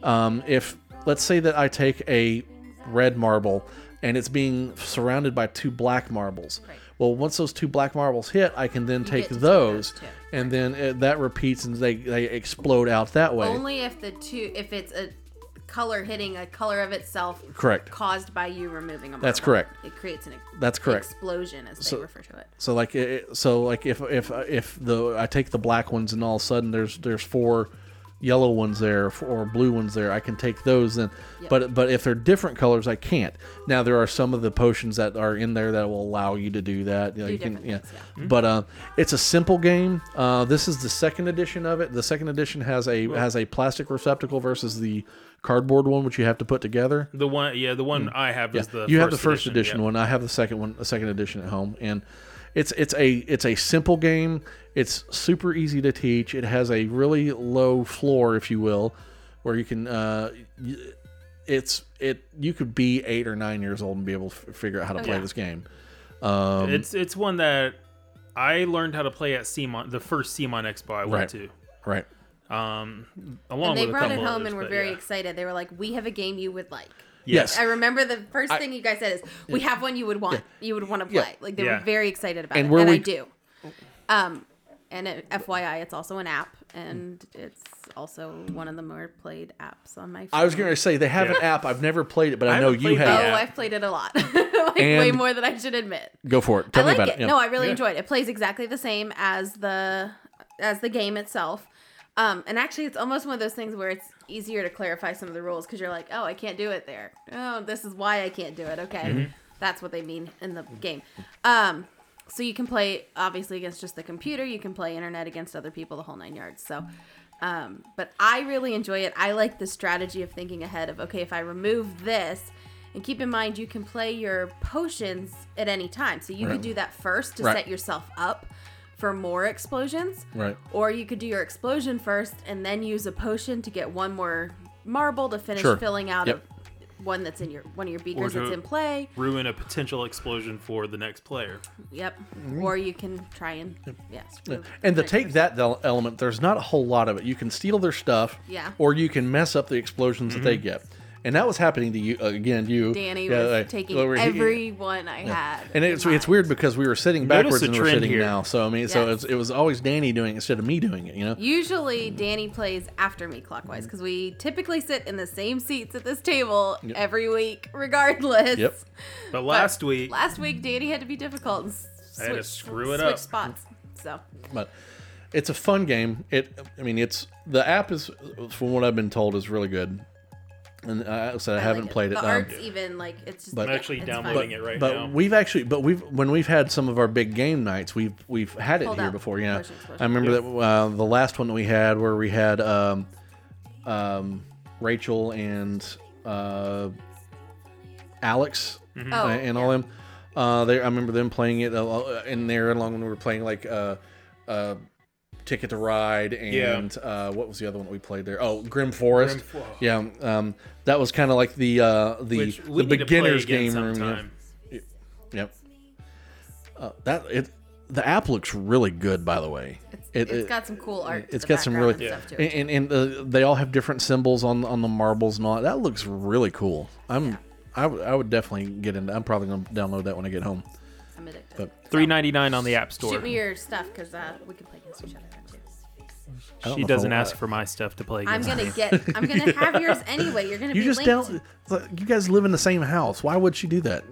um, if let's say that I take a red marble and it's being surrounded by two black marbles. Right. Well, once those two black marbles hit, I can then take get to those, take those too. and then uh that repeats and they, they explode out that Uh, way. Only if the two, if it's a color hitting a color of itself, Correct. caused by you removing a marble. That's correct. It creates an ex- That's correct. explosion, as they refer to it. So like it, it- so like if if if the I take the black ones and all of a sudden there's there's four yellow ones there f- or blue ones there I can take those then but but if they're different colors I can't. Now there are some of the potions that are in there that will allow you to do that. You, know, you can different yeah. things, But uh, it's a simple game. Uh, this is the second edition of it. The second edition has a has a plastic receptacle versus the cardboard one which you have to put together The one, yeah, the one I have is the. Hmm. you have the first edition, yeah. one. I have the second one, the second edition at home, and it's it's a it's a simple game. It's super easy to teach. It has a really low floor, if you will, where you can. Uh, y- it's it you could be eight or nine years old and be able to f- figure out how to play Oh, yeah. this game. Um, It's it's one that I learned how to play at Seamon, the first Seamon Expo I Right. went right. to. Um, along And they with a brought it couple home others, and were but very yeah. excited. They were like, "We have a game you would like." Yes. I remember the first thing you guys said is, "We have one you would want. You would want to play." Like they Yeah. were very excited about And it, where and we- I do. Um, and it, FYI, it's also an app, and it's also one of the more played apps on my. Phone. I was going to say they have an app. I've never played it, but I, I know haven't you played have. the Oh, app. I've played it a lot, like way And- more than I should admit. Go for it. Tell Oh, I like me about it. it. Yeah. No, I really Yeah. enjoyed it. It plays exactly the same as the as the game itself. Um, and actually, it's almost one of those things where it's easier to clarify some of the rules because you're like, oh, I can't do it there. Oh, this is why I can't do it. Okay, that's what they mean in the game. Um, so you can play obviously against just the computer. You can play internet against other people, the whole nine yards. So. Um, but I really enjoy it. I like the strategy of thinking ahead of okay, if I remove this, and keep in mind you can play your potions at any time. So you Right. could do that first to Right. set yourself up for more explosions. Right. Or you could do your explosion first and then use a potion to get one more marble to finish Sure. filling out Yep. a, one that's in your one of your beakers to- that's in play. ruin a potential explosion for the next player. Yep. Or you can try and yes. Mm-hmm. And the take that del- element, there's not a whole lot of it. You can steal their stuff, Yeah. or you can mess up the explosions that Mm-hmm. they get. And that was happening to you uh, again. You, Danny Yeah, was like, taking over here- everyone I had. And in it's mind. it's weird because we were sitting Notice backwards the and we're trend sitting here. now. So I mean, so Yes. it's, it was always Danny doing it instead of me doing it. You know, Usually, Danny plays after me clockwise because we typically sit in the same seats at this table every week, regardless. Yep. But But last week, last week, Danny had to be difficult and s- I switch, had to screw it switch up. spots. So, but it's a fun game. It I mean, it's the app is from what I've been told is really good. And uh, I said I, like haven't played it. The Um, art's even like it's just. But- I'm actually it's downloading fine. it right but now. we've actually but we've when we've had some of our big game nights we've we've had it Pulled here out before yeah Potion Explosion. i remember that uh, the last one that we had where we had um, um, rachel and uh, alex Oh, Mm-hmm. uh, and all them uh, they, i remember them playing it uh, in there along when we were playing like uh, uh, ticket to ride and uh, what was the other one that we played there oh grim forest Grim Fo- yeah um, that was kind of like the uh, the, which the we need to play beginners again game room yeah. sometime. Yep. Uh, that it the app looks really good by the way. It's, It- it's it- got some cool art. it's got some really stuff to it. and and, and uh, they all have different symbols on on the marbles and all that. That looks really cool. I'm I, w- I would definitely get into. I'm probably gonna download that when I get home. I'm addicted. So, Three ninety nine on the App Store. Shoot me your stuff because uh, we can play against each other. then, too. I don't She know if I doesn't want ask it. for my stuff to play I'm against. gonna get. I'm gonna have yours anyway. You're gonna You be just linked. down. it's like, You guys live in the same house. Why would she do that?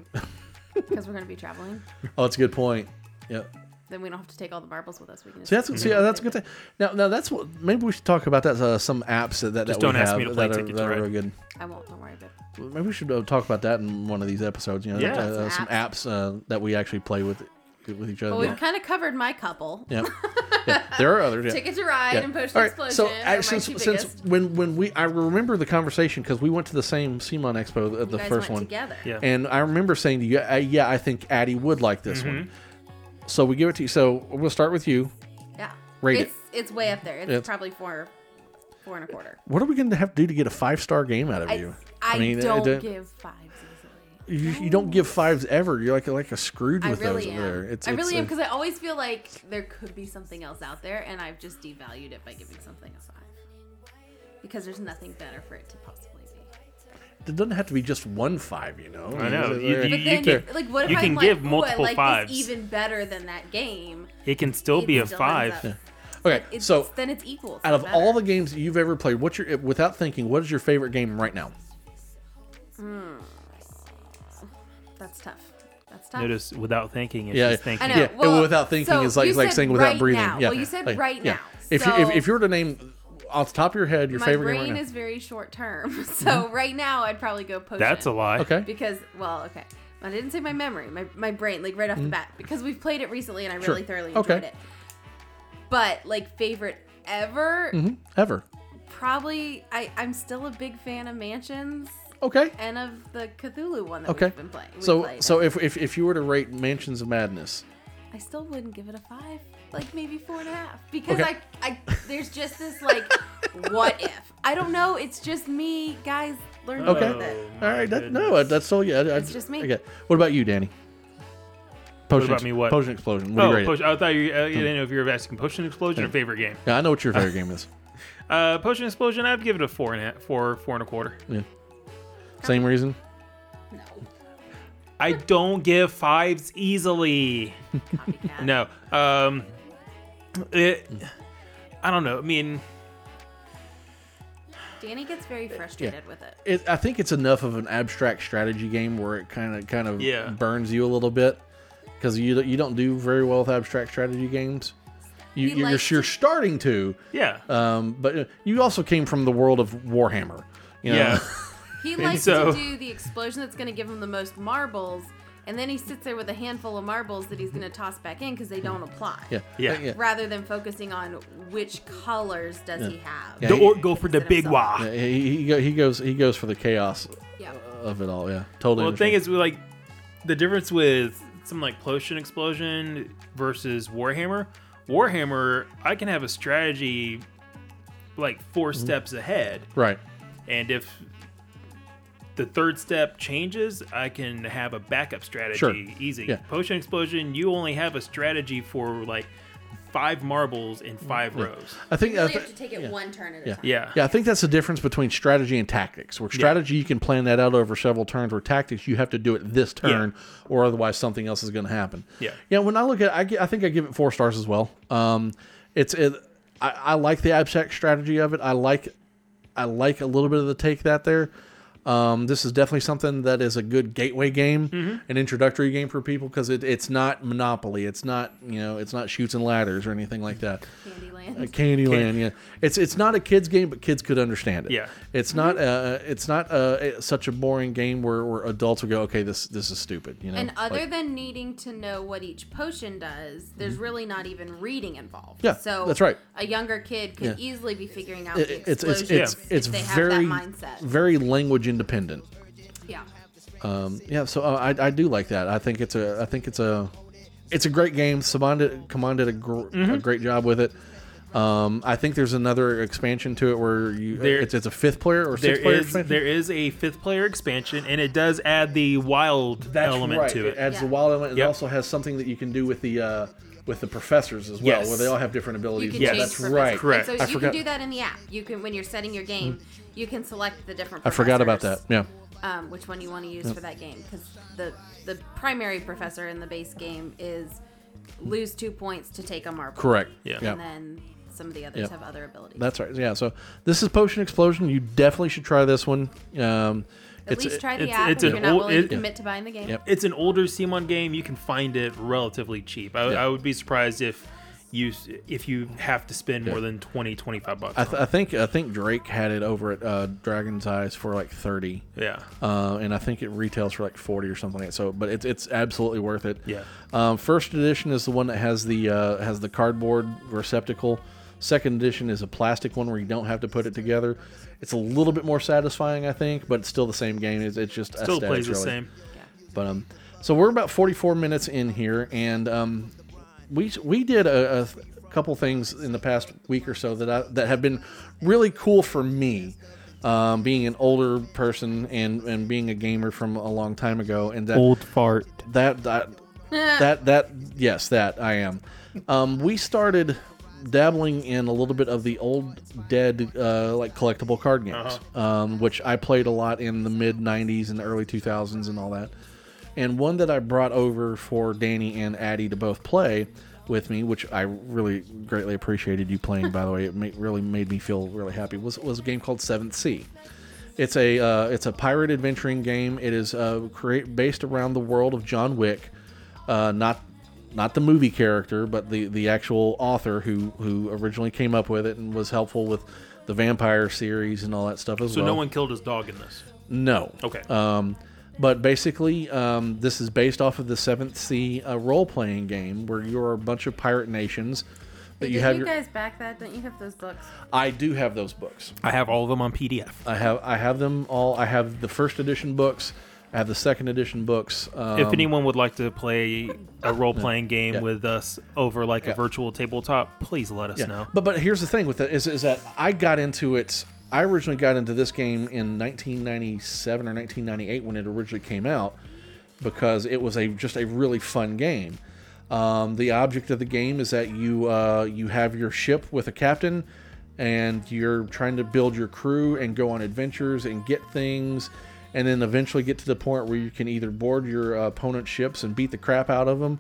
because we're going to be traveling. Oh, that's a good point. Yep. Then we don't have to take all the marbles with us. We can just See, that's see, uh, Mm-hmm. that's a good thing. Now, now that's what maybe we should talk about that. Uh, some apps that that, that don't we ask have me to play that are, Ticket to that are Ride. really good. I won't. Don't worry, babe. Maybe we should uh, talk about that in one of these episodes. You know, Yeah. uh, Some some apps, uh, that we actually play with with each other. Well, yeah. we've kind of covered my couple. Yeah. Yeah. there are others. Yeah. Ticket to Ride and Potion All right, Explosion. So, are I- my since, two since biggest. when when we I remember the conversation because we went to the same CMON Expo at you the guys first went one, together. Yeah. and I remember saying to you, uh, "Yeah, I think Addie would like this one." So we give it to you. So we'll start with you. Yeah. Rate it. it's it's way up there. It's, It's- probably four, four and a quarter. What are we going to have to do to get a five star game out of I, you? I, mean, it- don't it- give fives easily. you, you don't give fives ever. You're like like a screwed I with really those am. there. It's, I really am it's, uh, because I always feel like there could be something else out there, and I've just devalued it by giving something a five because there's nothing better for it to possibly be. it doesn't have to be just one five. You know. I know. mean, You- there- you- But then, can- like, what if you I'm can like, give "Ooh, I multiple like fives." This even better than that game. It can still it be a still ends up- five. okay, It's, so then it's equal. out of all the games that you've ever played, what's your without thinking? What is your favorite game right now? that's tough. That's tough. Notice without thinking, it's Yeah, just I thinking. know. yeah. Well, and without thinking so is like you it's like said saying without right breathing. now. Yeah. Well, you said Like, right yeah. now. If you if, So- if you were to name off the top of your head your My favorite game brain right Mm-hmm. is very short term, so right now I'd probably go potion. That's a lie. now. Okay. Because, well, okay. I didn't say my memory, my, my brain, like right off the bat, because we've played it recently and I really thoroughly enjoyed Mm-hmm. Okay. it. But, like, favorite ever, hmm Ever. probably, I, I'm still a big fan of Mansions Okay. and of the Cthulhu one that Okay. we've been playing. we So played. so if, if if you were to rate Mansions of Madness, Oh I still wouldn't give it a five, like maybe four and a half, because Okay. I, I, there's just this like, what if? I don't know. It's just me, guys. Learn to Okay. live with it. all right, that, no, that's so yeah. I, It's just me. Okay. What about you, Danny? Potion about me, what? Potion explosion. What do you Oh, rate it? potion, I thought you, Hmm. uh, you didn't know if you were asking Potion Explosion or favorite game. Yeah, I know what your favorite game is. Uh, Potion Explosion, I'd give it a four and a four, four and a quarter. Yeah. Same reason. No, I don't give fives easily. copycat. No. Um, it, Hmm. I don't know. I mean, Danny gets very frustrated with it. It, I think it's enough of an abstract strategy game where it kind of kind of Yeah. burns you a little bit because you you don't do very well with abstract strategy games. You, He you're, likes you're to- starting to, yeah. um, but uh, you also came from the world of Warhammer. You know? yeah. He likes to so- do the explosion that's going to give him the most marbles, and then he sits there with a handful of marbles that he's going to toss back in because they don't apply. yeah, Yeah. Rather than focusing on which colors does he have. Yeah, The he- orc go for the Consider big himself. wah. Yeah, he, he, go, he goes he goes for the chaos Yeah. of it all. Yeah, totally. Well, the understand. thing is, we like the difference with something like Potion Explosion versus Warhammer. Warhammer, I can have a strategy like 4 Mm-hmm. steps ahead, right. and if the third step changes, I can have a backup strategy Sure. easy. Yeah. Potion Explosion, you only have a strategy for like five marbles in five rows. I think You really I thi- have to take it one turn at a Yeah. time. Yeah. Mm, Yeah, I think that's the difference between strategy and tactics. Where strategy, you can plan that out over several turns, where tactics, you have to do it this turn, or otherwise something else is going to happen. Yeah. Yeah. When I look at, it, I, gi- I think I give it four stars as well. Um, it's it. I, I like the abstract strategy of it. I like, I like a little bit of the take that there. Um, this is definitely something that is a good gateway game, Mm-hmm. an introductory game for people because it, it's not Monopoly. It's not you know it's not shoots and ladders or anything like that. Candyland. Uh, Candyland, yeah. It's it's not a kids game, but kids could understand it. Yeah. It's not uh Mm-hmm. it's not uh such a boring game where, where adults would go, okay, this this is stupid. You know. And other Like, than needing to know what each potion does, there's really not even reading involved. Mm-hmm. Yeah, so that's right. A younger kid could Yeah. easily be figuring out it- the it's it's explosions it's if it's they very have that mindset. very language independent. yeah, Um, yeah. So uh, I I do like that. I think it's a I think it's a it's a great game. Saban did, Kaman did a, gr- Mm-hmm. a great job with it. Um, I think there's another expansion to it where you There- it's, it's a fifth player or There sixth player is expansion. there is a fifth player expansion, and it does add the wild element to it. adds the Yeah. wild element. It Yep. also has something that you can do with the uh, with the professors as well, Yes. where they all have you different abilities. can Yeah, change that's professors. right. And Correct. So I you forgot- Hmm. can do that in the app. You can when you're setting your game, you can select the different. I forgot about that. professors, Yeah. Um, which one you want to use for that game? Because the the primary professor in the base game is lose two points to take a marble. Correct. Yeah. yeah. And then some of the others Yeah. have other abilities. That's right. Yeah. So this is Potion Explosion. You definitely should try this one. Um, At It's- least try the it's- app it's if an you're not old- willing to it- commit to buying the game. Yep. it's an older Simon game. You can find it relatively cheap. I, Yeah. I would be surprised if you if you have to spend more than 20, 25 bucks. I, on th- I think I think Drake had it over at uh, Dragon's Eyes for like thirty, it. yeah. uh, and I think it retails for like forty or something like that. So, but it's it's absolutely worth it. Yeah. Um, first edition is the one that has the uh, has the cardboard receptacle. Second edition is a plastic one where you don't have to put it together. It's a little bit more satisfying, I think, but it's still the same game. It's, it's just Still aesthetics, plays the really. same. But um, so we're about 44 minutes in here, and um, we we did a, a th- couple things in the past week or so that I, that have been really cool for me, um, being an older person and and being a gamer from a long time ago, and that Old fart. that that that that yes that i am um we started dabbling in a little bit of the old dead uh like collectible card games um which i played a lot in the mid 90s and early 2000s and all that and one that i brought over for danny and addie to both play with me which i really greatly appreciated you playing by the way it ma- really made me feel really happy was was a game called seventh sea it's a uh, it's a pirate adventuring game. It is uh, create based around the world of John Wick, uh, not not the movie character, but the the actual author who who originally came up with it and was helpful with the vampire series and all that stuff as So well. no one killed his dog in this. no. Okay. Um, but basically, um, this is based off of the Seventh Sea uh, role playing game where you are a bunch of pirate nations. That Did you you, have your, guys back that? Don't you have those books? I do have those books. I have all of them on PDF. I have I have them all. I have the first edition books. I have the second edition books. Um, if anyone would like to play a role playing game Yeah. with us over like Yeah. a virtual tabletop, please let us yeah. know. But but here's the thing with it is is that I got into it. I originally got into this game in 1997 or 1998 when it originally came out because it was a just a really fun game. Um, the object of the game is that you uh, you have your ship with a captain, and you're trying to build your crew and go on adventures and get things, and then eventually get to the point where you can either board your uh, opponent's ships and beat the crap out of them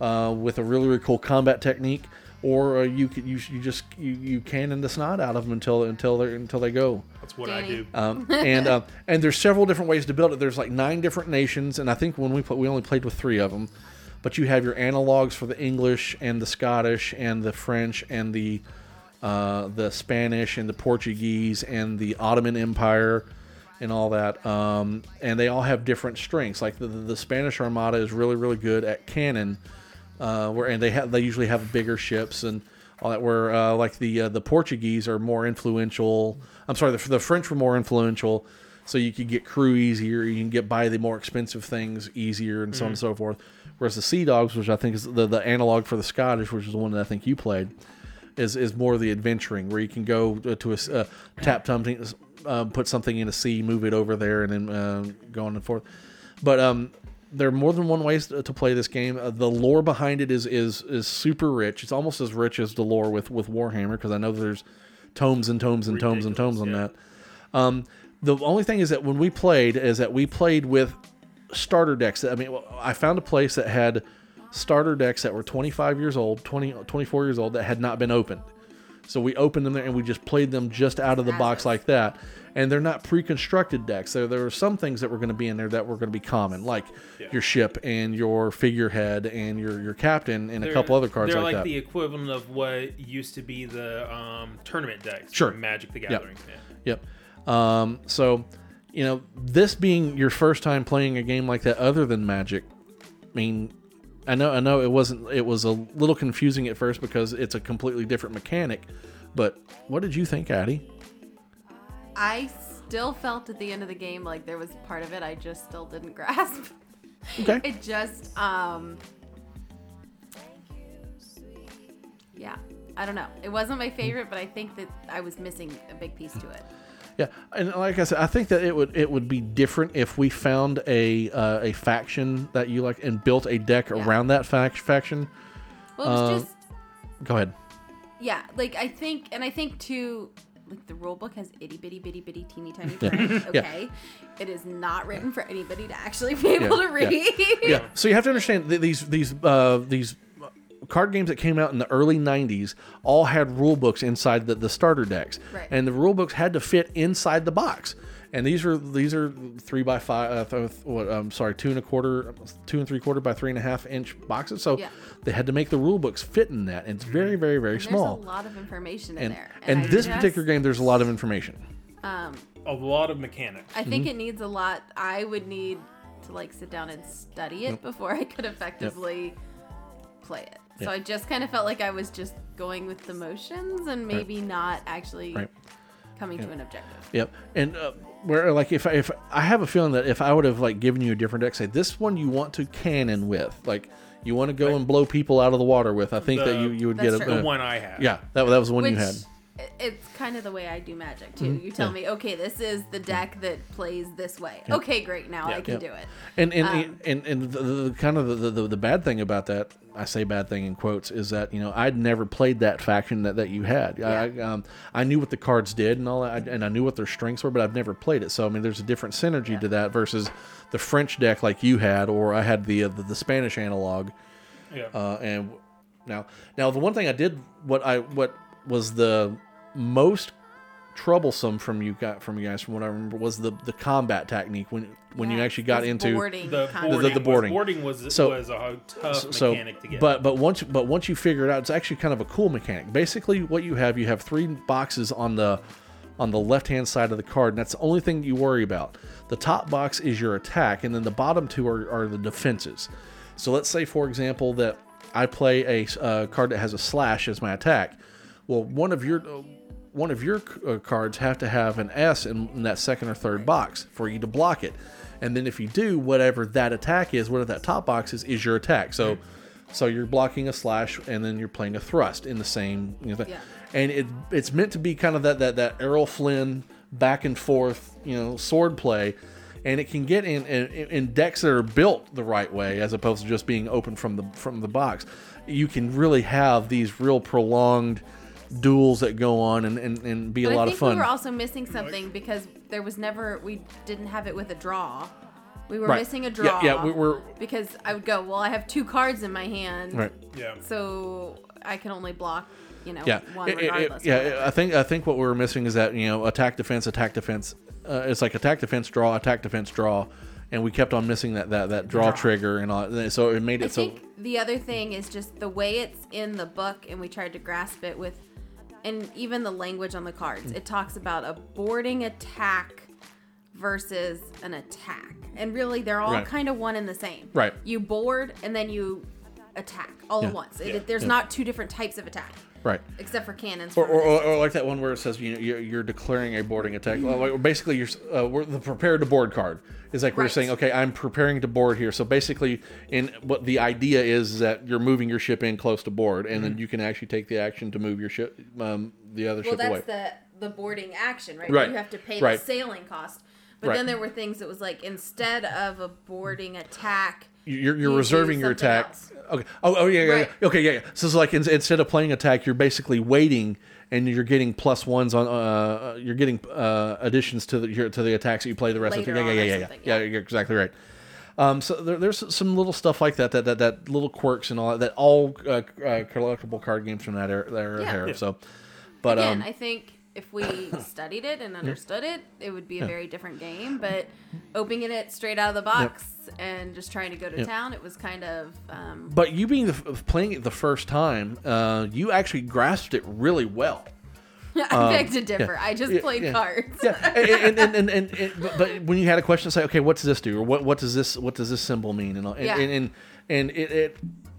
uh, with a really really cool combat technique, or uh, you could you, you just you, you cannon the snot out of them until until they until they go. That's what I Danny. do. Um, and uh, and there's several different ways to build it. There's like nine different nations, and I think when we put, we only played with three of them. But you have your analogs for the English and the Scottish and the French and the uh, the Spanish and the Portuguese and the Ottoman Empire and all that. Um, and they all have different strengths. Like the, the Spanish Armada is really really good at cannon, uh, where and they have they usually have bigger ships and all that. Where uh, like the uh, the Portuguese are more influential. I'm sorry, the, the French were more influential, so you could get crew easier. You can get by the more expensive things easier, and so on and so forth. Whereas the Sea Dogs, which I think is the, the analog for the Scottish, which is the one that I think you played, is is more the adventuring where you can go to a s- uh, tap something, um, put something in a sea, move it over there, and then uh, go on and forth. But um, there are more than one ways to, to play this game. Uh, the lore behind it is is is super rich. It's almost as rich as the lore with with Warhammer because I know there's tomes and tomes and tomes and tomes on Ridiculous, that. Um, the only thing is that when we played is that we played with starter decks. That, I mean, well, I found a place that had starter decks that were 25 years old, 20, 24 years old that had not been opened. So we opened them there and we just played them just out of the box Assets. like that. And they're not pre-constructed decks. There, there were some things that were going to be in there that were going to be common, like your ship and your figurehead and your your captain and a couple other cards They're like, that. like, the equivalent of what used to be the um, tournament decks. Sure. from Magic the Gathering. Yep. Um, so, you know, this being your first time playing a game like that other than Magic, I mean, I know, I know it wasn't, it was a little confusing at first because it's a completely different mechanic. But what did you think, Addie? I still felt at the end of the game like there was part of it I just still didn't grasp. Okay. It just, um, yeah, I don't know. It wasn't my favorite, but I think that I was missing a big piece to it. Yeah, and like I said, I think that it would it would be different if we found a uh, a faction that you like and built a deck Yeah. around that fac- faction. Well, it was Um, just, Go ahead. yeah, like I think, and I think too, like the rule book has itty bitty bitty bitty teeny tiny print. Yeah. Okay, it is not written for anybody to actually be able Yeah. to read. yeah. So you have to understand that these these uh, these card games that came out in the early 90s all had rule books inside the, the starter decks Right. and the rule books had to fit inside the box And these are these are three by five. Uh, th- what, um, sorry, two and a quarter, two and three quarter by three and a half inch boxes. So Yeah. Mm-hmm. they had to make the rule books fit in that. And it's very, very, very There's a small. lot of information in and there. and, I this just- particular game, there's a lot of information. A lot of mechanics. I Mm-hmm. think it needs a lot. I would need to like sit down and study it before I could effectively play it. So Yep. I just kind of felt like I was just going with the motions and maybe not actually Right. coming to an objective. Yep. And uh, where like if I- if I have a feeling that if I would have like given you a different deck, say this one you want to cannon with, like you want to go and blow people out of the water with, I think that The- you you would That's get true. a, The uh, one I have. Yeah, that, that was the one Which you had. Mm-hmm. i- it's kind of the way I do magic too. You tell Yeah. me, okay, this is the deck that plays this way. Okay, great. Now I can Yeah. do it. And and and, and the, the, the kind of the, the the bad thing about that, I say bad thing in quotes, is that you know I'd never played that faction that, that you had. I, I, um, I knew what the cards did and all that, and I knew what their strengths were, but I've never played it. So I mean, there's a different synergy to that versus the French deck like you had, or I had the uh, the, the Spanish analog. Yeah. Uh, and now, now the one thing I did, what I what was the most troublesome from you got from you guys from what I remember was the the combat technique when when you Yeah, actually got this into boarding the concept. boarding, the boarding. Was, boarding was, So- was a tough so, mechanic to get. But but once but once you figure it out, it's actually kind of a cool mechanic. Basically, what you have you have three boxes on the on the left hand side of the card, and that's the only thing you worry about. The top box is your attack, and then the bottom two are, are the defenses. So let's say, for example, that I play a s- uh, card that has a slash as my attack. Well, one of your uh, one of your uh, cards have to have an S in, in that second or third box for you to block it. And then if you do, whatever that attack is, whatever that top box is, is your attack. So, so you're blocking a slash, and then you're playing a thrust in the same. You know, thing. Yeah. And it it's meant to be kind of that that that Errol Flynn back and forth, you know, sword play. And it can get in, in, in decks that are built the right way, as opposed to just being open from the from the box. You can really have these real prolonged duels that go on and, and, and be But a I lot think of fun. we were also missing something because there was never we didn't have it with a draw. We were Right. missing a Yeah, draw. yeah, we were- because I would go. Well, I have two cards in my hand, right. yeah. so I can only block, you know, yeah, one It- it- it- regardless. yeah. I think I think what we were missing is that you know attack defense attack defense. Uh, it's like attack defense draw attack defense draw, and we kept on missing that that that draw, trigger and all. that. So it made it I so think the other thing is just the way it's in the book, and we tried to grasp it with, and even the language on the cards. Hmm. It talks about a boarding attack versus an attack, and really they're all Right. kind of one and the same. Right. You board and then you attack all Yeah. at once. It, Yeah. There's not two different types of attack, right. except for cannons. Or, for- or, or, or like that one where it says you know, you're, you're declaring a boarding attack. Well, Like, basically, you're s- uh, we're the prepared to board card is like we're Right. saying, okay, I'm preparing to board here. So basically, in what the idea is, is that you're moving your ship in close to board, and then you can actually take the action to move your ship, um, the other Mm-hmm. well, ship away. that's the the boarding action, right? Right. You have to pay Right. the sailing cost. But Right. then there were things that was like instead of a boarding attack, you're, you you're do reserving your something attack. else. Okay. Oh, oh yeah, yeah, Right. yeah. Okay, yeah, yeah. So it's like in, instead of playing attack, you're basically waiting, and you're getting plus ones on. Uh, you're getting uh, additions to the your, to the attacks that you play the rest of Later the on Yeah, or yeah, yeah, yeah, something, yeah. yeah. You're exactly right. Um, so there, there's some little stuff like that, that that, that little quirks and all that, that all uh, uh, collectible card games from that era, that era Yeah. have. Yeah. So, but Again, um, I think if we studied it and understood it, it would be a very different game. But opening it straight out of the box and just trying to go to town, it was kind of um, but you being the, f- playing it the first time, uh, you actually grasped it really well. I beg to differ. I just Um, yeah, played yeah. cards. yeah, and and, and, and, and but, but when you had a question, say, okay, what does this do, or what what does this what does this symbol mean, and all- and Yeah. and, and, and it, it,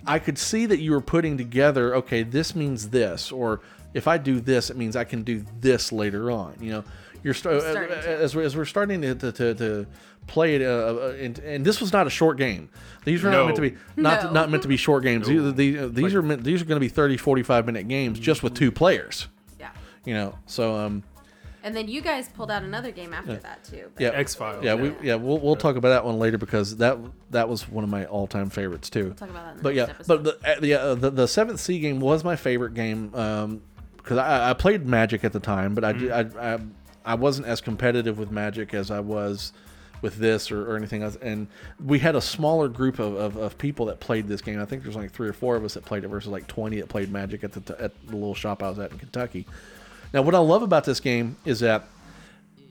I could see that you were putting together, okay, this means this, or if I do this, it means I can do this later on. You know, you're st- Starting to. as, we're, as we're starting to to, to, to play it, uh, uh, and, and this was not a short game. These were not No. meant to be not No. not meant to be short games. These, these, these are meant, these are going to be 30, 45 minute games just with two players. Yeah. You know, so um. And then you guys pulled out another game after that too. but- Yeah, X-Files. Yeah, we yeah we'll, we'll talk about that one later because that that was one of my all time favorites too. talk about that in the but yeah, next episode. but the uh, the, uh, the the seventh C game was my favorite game um because I, I played Magic at the time, but I, did- I I I wasn't as competitive with Magic as I was with this or, or anything else and we had a smaller group of, of, of people that played this game i think there's like three or four of us that played it versus like 20 that played magic at the, t- at the little shop i was at in kentucky now what i love about this game is that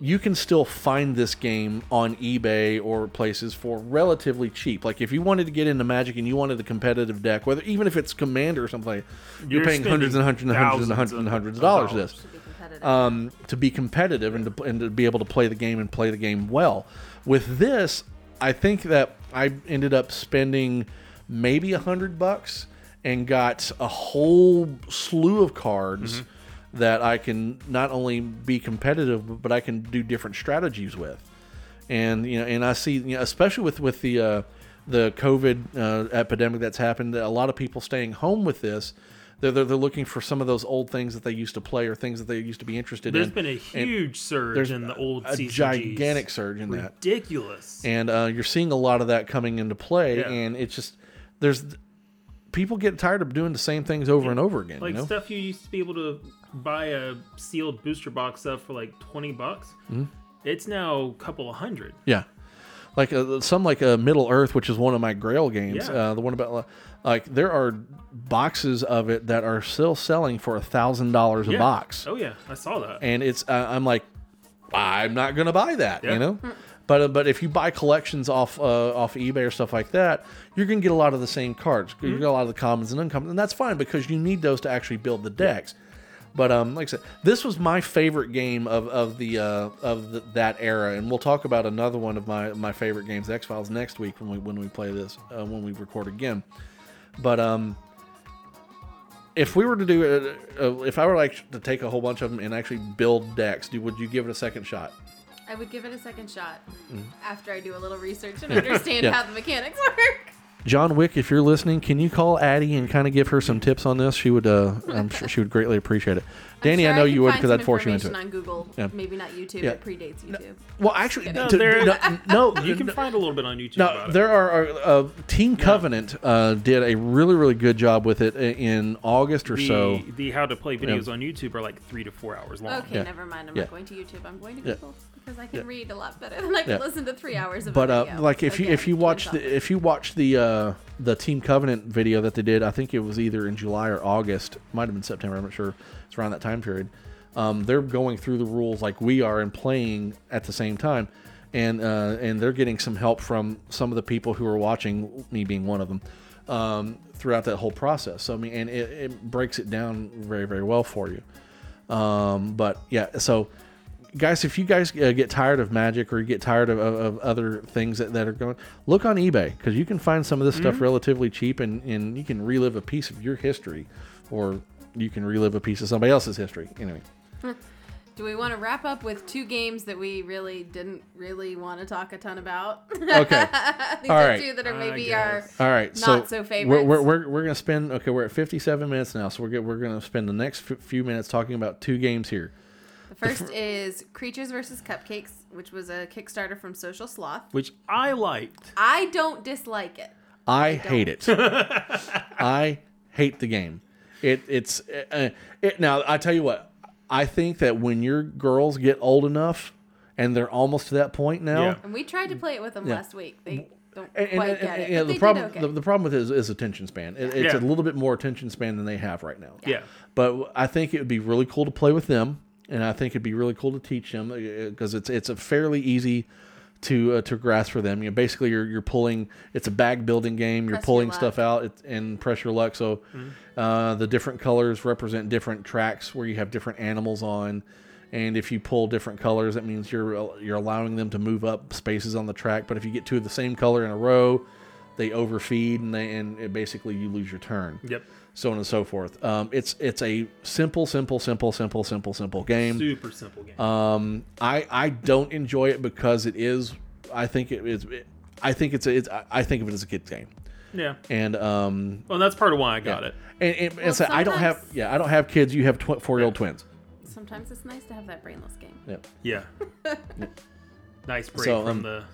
you can still find this game on eBay or places for relatively cheap. Like if you wanted to get into Magic and you wanted a competitive deck, whether even if it's Commander or something, you're, You're paying hundreds and hundreds and spending hundreds and thousands hundreds and of hundreds of dollars for dollars. this to be competitive. um, to be competitive and to, and to be able to play the game and play the game well. With this, I think that I ended up spending maybe a hundred bucks and got a whole slew of cards that I can not only be competitive, but I can do different strategies with. And you know, and I see, you know, especially with with the uh, the COVID uh, epidemic that's happened, that a lot of people staying home with this. They're, they're, they're looking for some of those old things that they used to play or things that they used to be interested There's in. been a And huge surge there's in the old a CCGs. gigantic surge in that ridiculous. and uh, you're seeing a lot of that coming into play Yeah. and it's just there's people get tired of doing the same things over and over again like you know stuff you used to be able to buy a sealed booster box of for like 20 bucks Hmm? it's now a couple of hundred yeah like uh, some like uh, middle earth which is one of my grail games Yeah. uh, the one about uh, like there are boxes of it that are still selling for a thousand dollars a Yeah. box oh yeah i saw that and it's uh, I'm like, I'm not gonna buy that, Yeah. you know. But uh, but if you buy collections off uh, off eBay or stuff like that, you're gonna get a lot of the same cards. Mm-hmm. You get a lot of the commons and uncommons, and that's fine because you need those to actually build the decks. But um, like I said, this was my favorite game of of the uh, of the, that era, and we'll talk about another one of my my favorite games, X Files, next week when we when we play this uh, when we record again. But um, if we were to do uh, uh, if I were like to take a whole bunch of them and actually build decks, do would you give it a second shot? I would give it a second shot after I do a little research and understand Mm. Yeah. how the mechanics work. John Wick, if you're listening, can you call Addie and kind of give her some tips on this? She would, uh, I'm sure she would greatly appreciate it. Danny, Sure, I know can you would find because some I'd force you into it. information on Google. Yeah. Maybe not YouTube. Yeah. It predates YouTube. Well, actually, No, to- there- no, no, you can find a little bit on youtube No, about it there are uh, Teen Covenant uh, did a really, really good job with it i- in August or the, so. the how to play videos on youtube are like three to four hours long Okay, Yeah. never mind. I'm Yeah. not going to YouTube. I'm going to Yeah. Google because I can read a lot better than I can Yeah. listen to three hours of. But a uh, video. like if you if Again, you watch twins the if you watch the uh, the Team Covenant video that they did, I think it was either in July or August, might have been September. I'm not sure. It's around that time period. Um, they're going through the rules like we are and playing at the same time, and uh, and they're getting some help from some of the people who are watching, me being one of them, um, throughout that whole process. So I mean, and it, it breaks it down very very well for you. Um, but yeah, so guys, if you guys uh, get tired of magic or you get tired of, of, of other things that, that are going, look on eBay because you can find some of this stuff relatively cheap and, and you can relive a piece of your history or you can relive a piece of somebody else's history. Anyway, up. Do we want to wrap up with two games that we really didn't really want to talk a ton about? These okay. All are right. two that are I maybe our. guess. All right, Not so, so We're, favorites. we're, we're, we're gonna spend okay. We're at fifty-seven minutes now, so we're go- we're gonna spend the next f- few minutes talking about two games here. The first is Creatures versus Cupcakes, which was a Kickstarter from Social Sloth. which i liked I don't dislike it. I hate it. I hate the game. It it's uh, it, now. I tell you what. I think that when your girls get old enough, and they're almost to that point now, Yeah. And we tried to play it with them last week. They don't Mm. and, and- quite and- get it. and, you know, but the they problem did okay. the, the problem with it is, is attention span. It, it's a Yeah. little bit more attention span than they have right now. yeah But I think it would be really cool to play with them, and I think it'd be really cool to teach them because it's it's a fairly easy to uh, to grasp for them. You know, basically you're you're pulling. It's a bag building game. You're Press your pulling luck. stuff out it, and press your luck. So uh, the different colors represent different tracks where you have different animals on. And if you pull different colors, that means you're uh, you're allowing them to move up spaces on the track. But if you get two of the same color in a row, they overfeed and they and it basically you lose your turn yep so on and so forth. Um, it's it's a simple, simple, simple, simple, simple, simple game. super simple game Um, I I don't enjoy it because it is. I think it is. It, I think it's, a, it's. I- I think of it as a kid's game, yeah and um, well that's part of why i got it and, and, and so I don't have. sometimes- Yeah, I don't have kids. You have tw- four year old twins. Sometimes it's nice to have that brainless game. Yeah. yeah nice break So, um, from the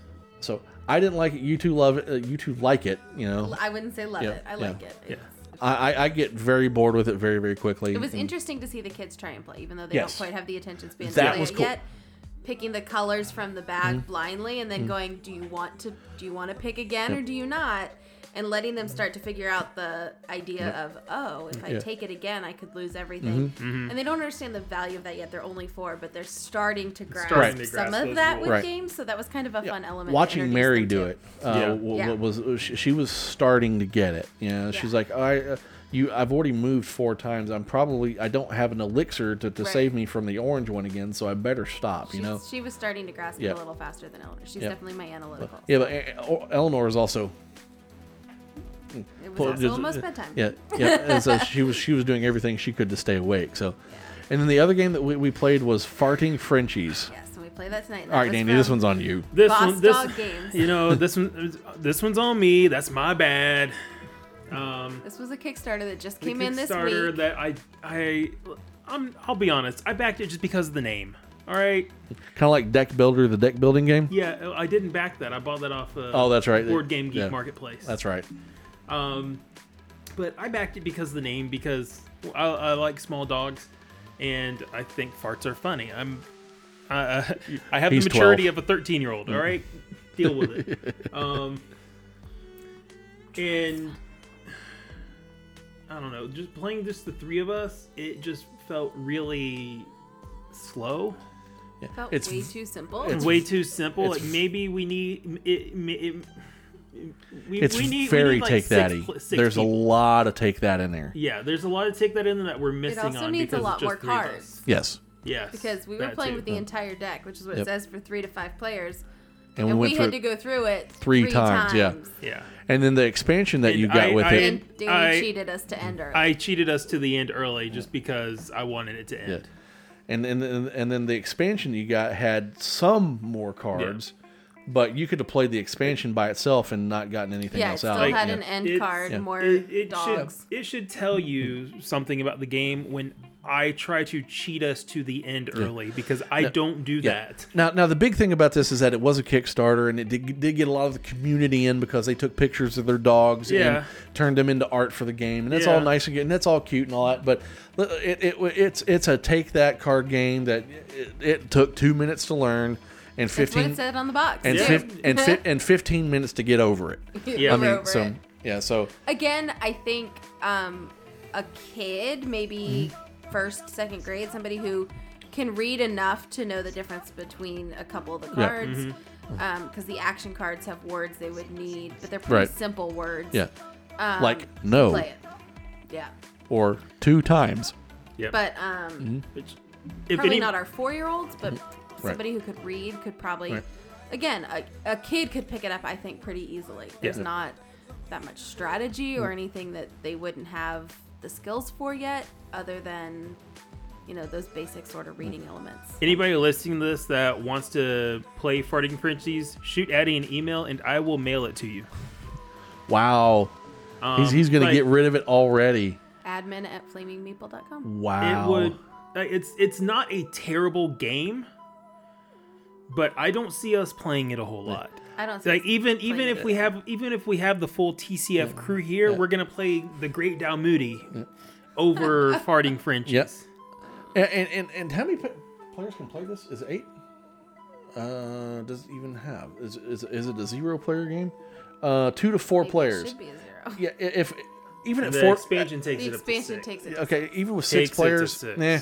So I didn't like it. You two love it. Uh, you two like it. You know, L- I wouldn't say love Yeah, it. I yeah, like it. yeah. It's- I, I I get very bored with it very very quickly. It was And- interesting to see the kids try and play, even though they Mm-hmm. Yes. don't quite have the attention span That to play was it cool. Mm-hmm. yet. Picking the colors from the bag blindly and then going, do you want to do you want to pick again or do you not? and letting them start to figure out the idea of oh if i Mm-hmm. Yeah. Mm-hmm. take it again i could lose everything and they don't understand the value of that yet they're only four but they're starting to grasp starting to some grasp of those that with Right. games so that was kind of a fun element to Watching introduce Mary them do to. it, uh, Yeah. yeah. Yeah. was she, she was starting to get it. You know, she's Yeah. like, I, uh, you, I've already moved four times. I'm probably, I don't have an elixir to, to Right. save me from the orange one again, so I better stop. You She's- know, she was starting to grasp Yeah. it a little faster than Eleanor. She's Yeah. definitely my analytical. yeah. But uh, Eleanor is also It was Well, also just- almost bedtime. Yeah, yeah. And so she was she was doing everything she could to stay awake. So, and then the other game that we, we played was farting Frenchies. Yes, and we play that tonight. and All that right, was Danny, this from- one's on you. This Boss one, this, dog games. you know, this one, this one's on me. That's my bad. Um, This was a Kickstarter that just the came in this Kickstarter week. that I, I, I'm, I'll be honest. I backed it just because of the name. All right. Kind of like deck builder, the deck building game. Yeah, I didn't back that. I bought that off. Uh, Oh, that's right. Board Game Geek Yeah. Marketplace. That's right. Um, but I backed it because of the name, because I, I like small dogs, and I think farts are funny. I'm, uh, I have He's the maturity 12. of a 13 year old. All right, deal with it. Um, and I don't know, just playing just the three of us, it just felt really slow Yeah. Felt It's way too simple. it's- way too simple. it's- Like maybe we need it. it, it we, it's we need, we very need, like, take six that. pl- six There's a people. lot of take that in there. Yeah, there's a lot of take that in that we're missing also on needs a because it's lot just more three of cards. us. Yes, Yes. because we were that playing too. with the entire deck, which is what Yep. it says for three to five players. and, And we, we went had through. to go through it three three, times, yeah. Yeah. and then the expansion that And you got I- with I- it. And Danny I- cheated us to end early. I cheated us to the end early just because I wanted it to Yeah. end. And and and then the expansion you got had some more cards, but you could have played the expansion by itself and not gotten anything yeah, it else still out. Like, had Yeah. an end It's- card, Yeah. more It, it should dogs. it should tell you something about the game when I try to cheat us to the end early because I don't do Yeah. that. Now, now the big thing about this is that it was a Kickstarter, and it did, did get a lot of the community in because they took pictures of their dogs Yeah. and turned them into art for the game, and that's all Yeah. nice and good, and that's all cute and all that. But it, it it's it's a take that card game that it, it took two minutes to learn, and That's what fifteen it said on the box. and too. fif- and fi- and fifteen minutes to get over it. Yeah. I We're mean, over so it. yeah, so again i think um, a kid maybe Mm-hmm. first second grade somebody who can read enough to know the difference between a couple of the Yeah. Mm-hmm. cards because the action cards have words they would need but they're pretty Right. simple words yeah, Oh. um, like no play it yeah or two times. Yep. but um, Mm-hmm. Which- if probably any- Mm-hmm. not our four-year-olds but somebody who could read could probably Right. again a, a kid could pick it up i think pretty easily there's Yeah. Mm-hmm. not that much strategy or anything that they wouldn't have the skills for yet other than you know those basic sort of reading Mm-hmm. elements Anybody listening to this that wants to play Farting Frenchies, shoot Addy an email and I will mail it to you. Wow, Um, he's he's gonna like, get rid of it already. admin at flamingmeeple.com Wow, It would. like, It's it's not a terrible game, but I don't see us playing it a whole lot. i don't see Like us even playing even it. if we have even if we have the full TCF crew here, we're gonna play the Great Dalmoody over Farting Frenchies. Yep. And, and, and, and how many pa- players can play this? Is it eight? Uh, does it even have? Is, is, is it a zero player game? Uh, two to four Maybe it players. should be a zero Yeah, i- if even at The four. uh, expansion takes the it up expansion to six. takes it Okay, even with six Takes it to players, six. nah,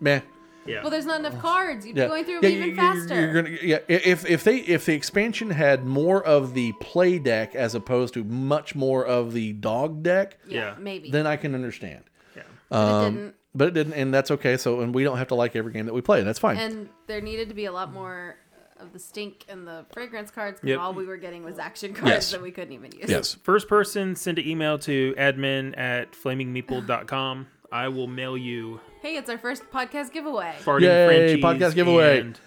meh. Yeah. well there's not Uh-huh. enough cards you'd Yeah. be going through Yeah, them even you- you're- faster You're gonna, yeah, i- if if they if the expansion had more of the play deck as opposed to much more of the dog deck, yeah, Yeah. maybe then I can understand. yeah. but it Um, didn't But it didn't, and that's okay. So, and we don't have to like every game that we play. That's fine. and there needed to be a lot more of the stink and the fragrance cards because Yep. all we were getting was action cards Yes. that we couldn't even use. yes. First person, send an email to admin at flamingmeeple.com. I will mail you Hey, it's our first podcast giveaway. Farting Yay, Frenchies podcast giveaway. and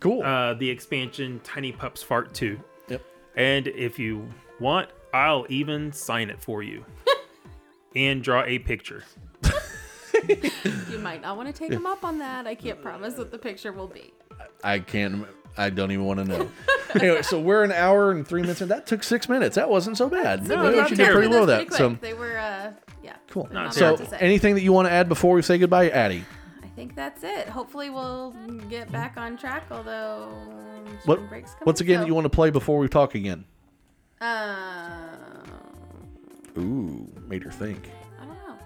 Cool. uh, the expansion Tiny Pups Fart 2. Yep. And if you want, I'll even sign it for you and draw a picture. You might not want to take them up on that. I can't promise what the picture will be. I can't. I don't even want to know. anyway, so we're an hour and three minutes, and that took six minutes. That wasn't so bad. No, We not actually did terrible. pretty well with That's that. So quick. they were, uh, yeah. cool. Not So, much to say. anything that you want to add before we say goodbye, Addie? I think that's it. Hopefully, we'll get back on track. Although, What? spring break's coming, What's again so- uh, that you want to play before we talk again? Um, Ooh, made her think. I don't know.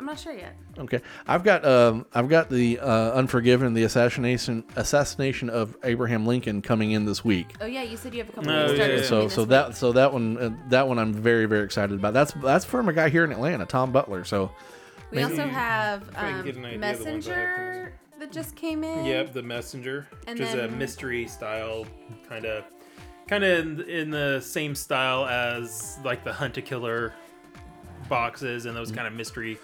I'm not sure yet. Okay, I've got um, I've got the uh, Unforgiven, the assassination assassination of Abraham Lincoln coming in this week. Oh yeah, you said you have a couple Oh, things yeah, started. yeah. with me So this so week. that so that one uh, that one I'm very very excited about. That's that's from a guy here in Atlanta, Tom Butler. So we also have I can um, get an idea of the ones I have Messenger that just came in. Yep, the messenger, And which is a then- mystery style kind of, kind of in, in the same style as like the hunt a killer boxes and those kind of mystery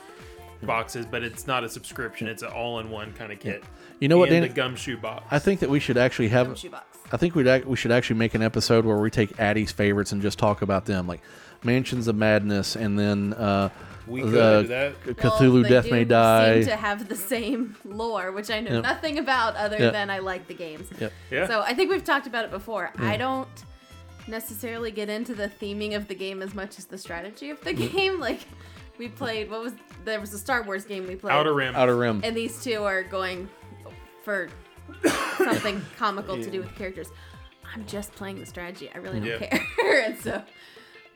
boxes, but it's not a subscription; it's an all-in-one kind of kit. you know what, and Danny? the gumshoe box. I think that we should actually have Gumshoe box. I think we'd ac- we should actually make an episode where we take Addie's favorites and just talk about them, like Mansions of Madness, and then uh, We the could do that. C- Well, Cthulhu Oh, they Death do May Die. Seem to have the same lore, which I know Yep. nothing about other Yep. than I like the games. Yep. Yeah. So I think we've talked about it before. I don't necessarily get into the theming of the game as much as the strategy of the game. Like we played, what was there was a Star Wars game we played, Outer Rim. Outer Rim. and these two are going for something comical to do with characters. I'm just playing the strategy. I really don't Yeah. care, and so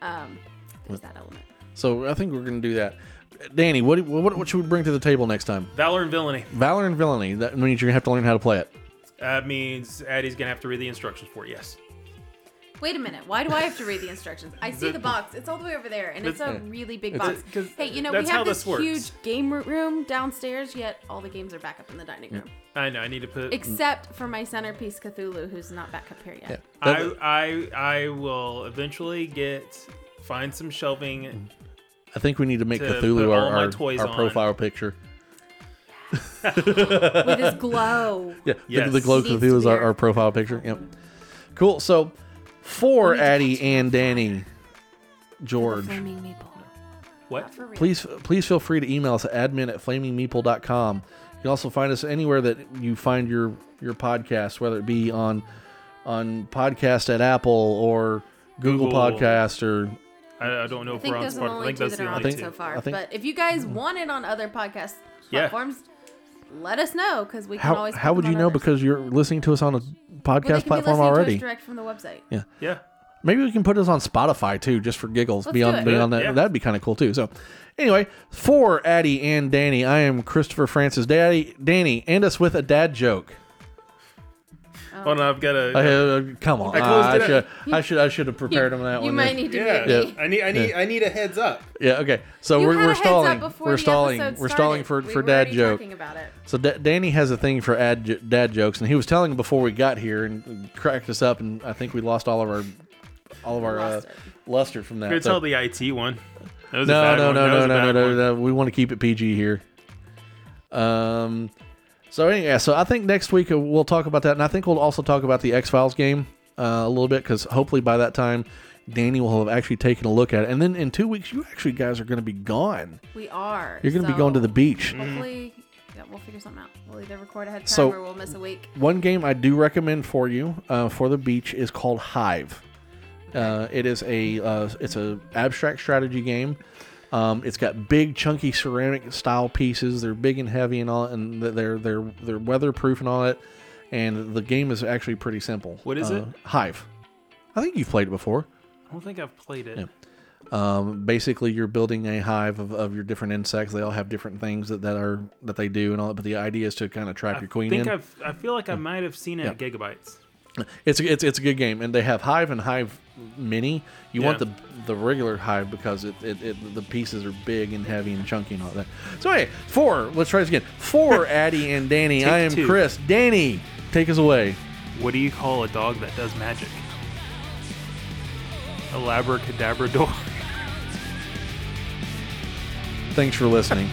um, there's that element. So I think we're gonna do that. Danny, what, what what should we bring to the table next time? Valor and Villainy. Valor and villainy. That means you're gonna have to learn how to play it. That means Addie's gonna have to read the instructions for it. Yes. Wait a minute. Why do I have to read the instructions? I see the box. It's all the way over there, and it's a really big box. Cause Hey, you know that's we how have this this works. huge game room downstairs, yet all the games are back up in the dining room, I know. I need to put. except for my centerpiece Cthulhu, who's not back up here yet. Yeah. I, I I will eventually get find some shelving. I think we need to make To Cthulhu put our all my our, toys our on. profile picture. With his glow, Yeah, Yes. the, the glow It needs Cthulhu to is be our, our- our profile picture. Yep. Cool. So for We need to Addie catch and Danny, George, flaming maple. What? Not for real. please please feel free to email us at admin at flamingmeeple.com. You can also find us anywhere that you find your your podcast, whether it be on on podcast at Apple or Google, Google. Podcast or I, I don't know I if think we're on those are the Spotify. I only think two that that's the are on only two. so two. far. I think- Hmm. but if you guys want it on other podcast Yeah. platforms, let us know because we can how always. how put would them you on know others. because you're listening to us on a podcast Well, they could be platform listening to us already? direct from the website. Yeah. Maybe we can put us on Spotify too, just for giggles. Let's do beyond it. beyond that, Yeah. that'd be kind of cool too. So, anyway, for Addie and Danny, I am Christopher Francis. Daddy, Danny, end us with a dad joke. Oh. Hold on, I've got a. Uh, uh, come on, I closed I, it should, up. I should I should have prepared him you, on that you one. might there. need to Yeah. get me. I need I need I need a heads up. yeah, okay. So You we're, had a we're heads up stalling. before We're the stalling. episode We're stalling for started. We for were dad already joke. talking about it. So da- Danny has a thing for ad j- dad jokes, and he was telling before we got here and cracked us up, and I think we lost all of our all of our uh, Lost luster from that. Could So- tell the IT one. That was a no, bad no, one. no, That was no, no, a no, bad no, one. no. We want to keep it PG here. Um. So anyway, so I think next week uh, we'll talk about that, and I think we'll also talk about the X Files game uh, a little bit because hopefully by that time Danny will have actually taken a look at it, and then in two weeks you actually guys are going to be gone. We are. You're going to so be going to the Mm-hmm. beach. Hopefully, yeah, we'll figure something out. We'll either record ahead of time So- or we'll miss a week. One game I do recommend for you uh, for the beach is called Hive. Uh, it is a uh, it's a abstract strategy game. Um, it's got big chunky ceramic style pieces. They're big and heavy and all, and th- they're they're they're weatherproof and all that. And the game is actually pretty simple. What is Uh, Hive. I think you've played it before. I don't think I've played it. Yeah. Um, basically, you're building a hive of, of your different insects. They all have different things that, that are that they do and all. that, But the idea is to kind of trap I your queen think in. I've. I feel like I might have seen it at Gigabytes. It's it's it's a good game, and they have Hive and Hive Mini. You want Yeah. the the regular Hive because it, it, it the pieces are big and heavy and chunky and all that. So hey, four. Let's try this again. For Addie and Danny, I am two. Chris. Danny, take us away. What do you call a dog that does magic? A labracadabrador. Thanks for listening.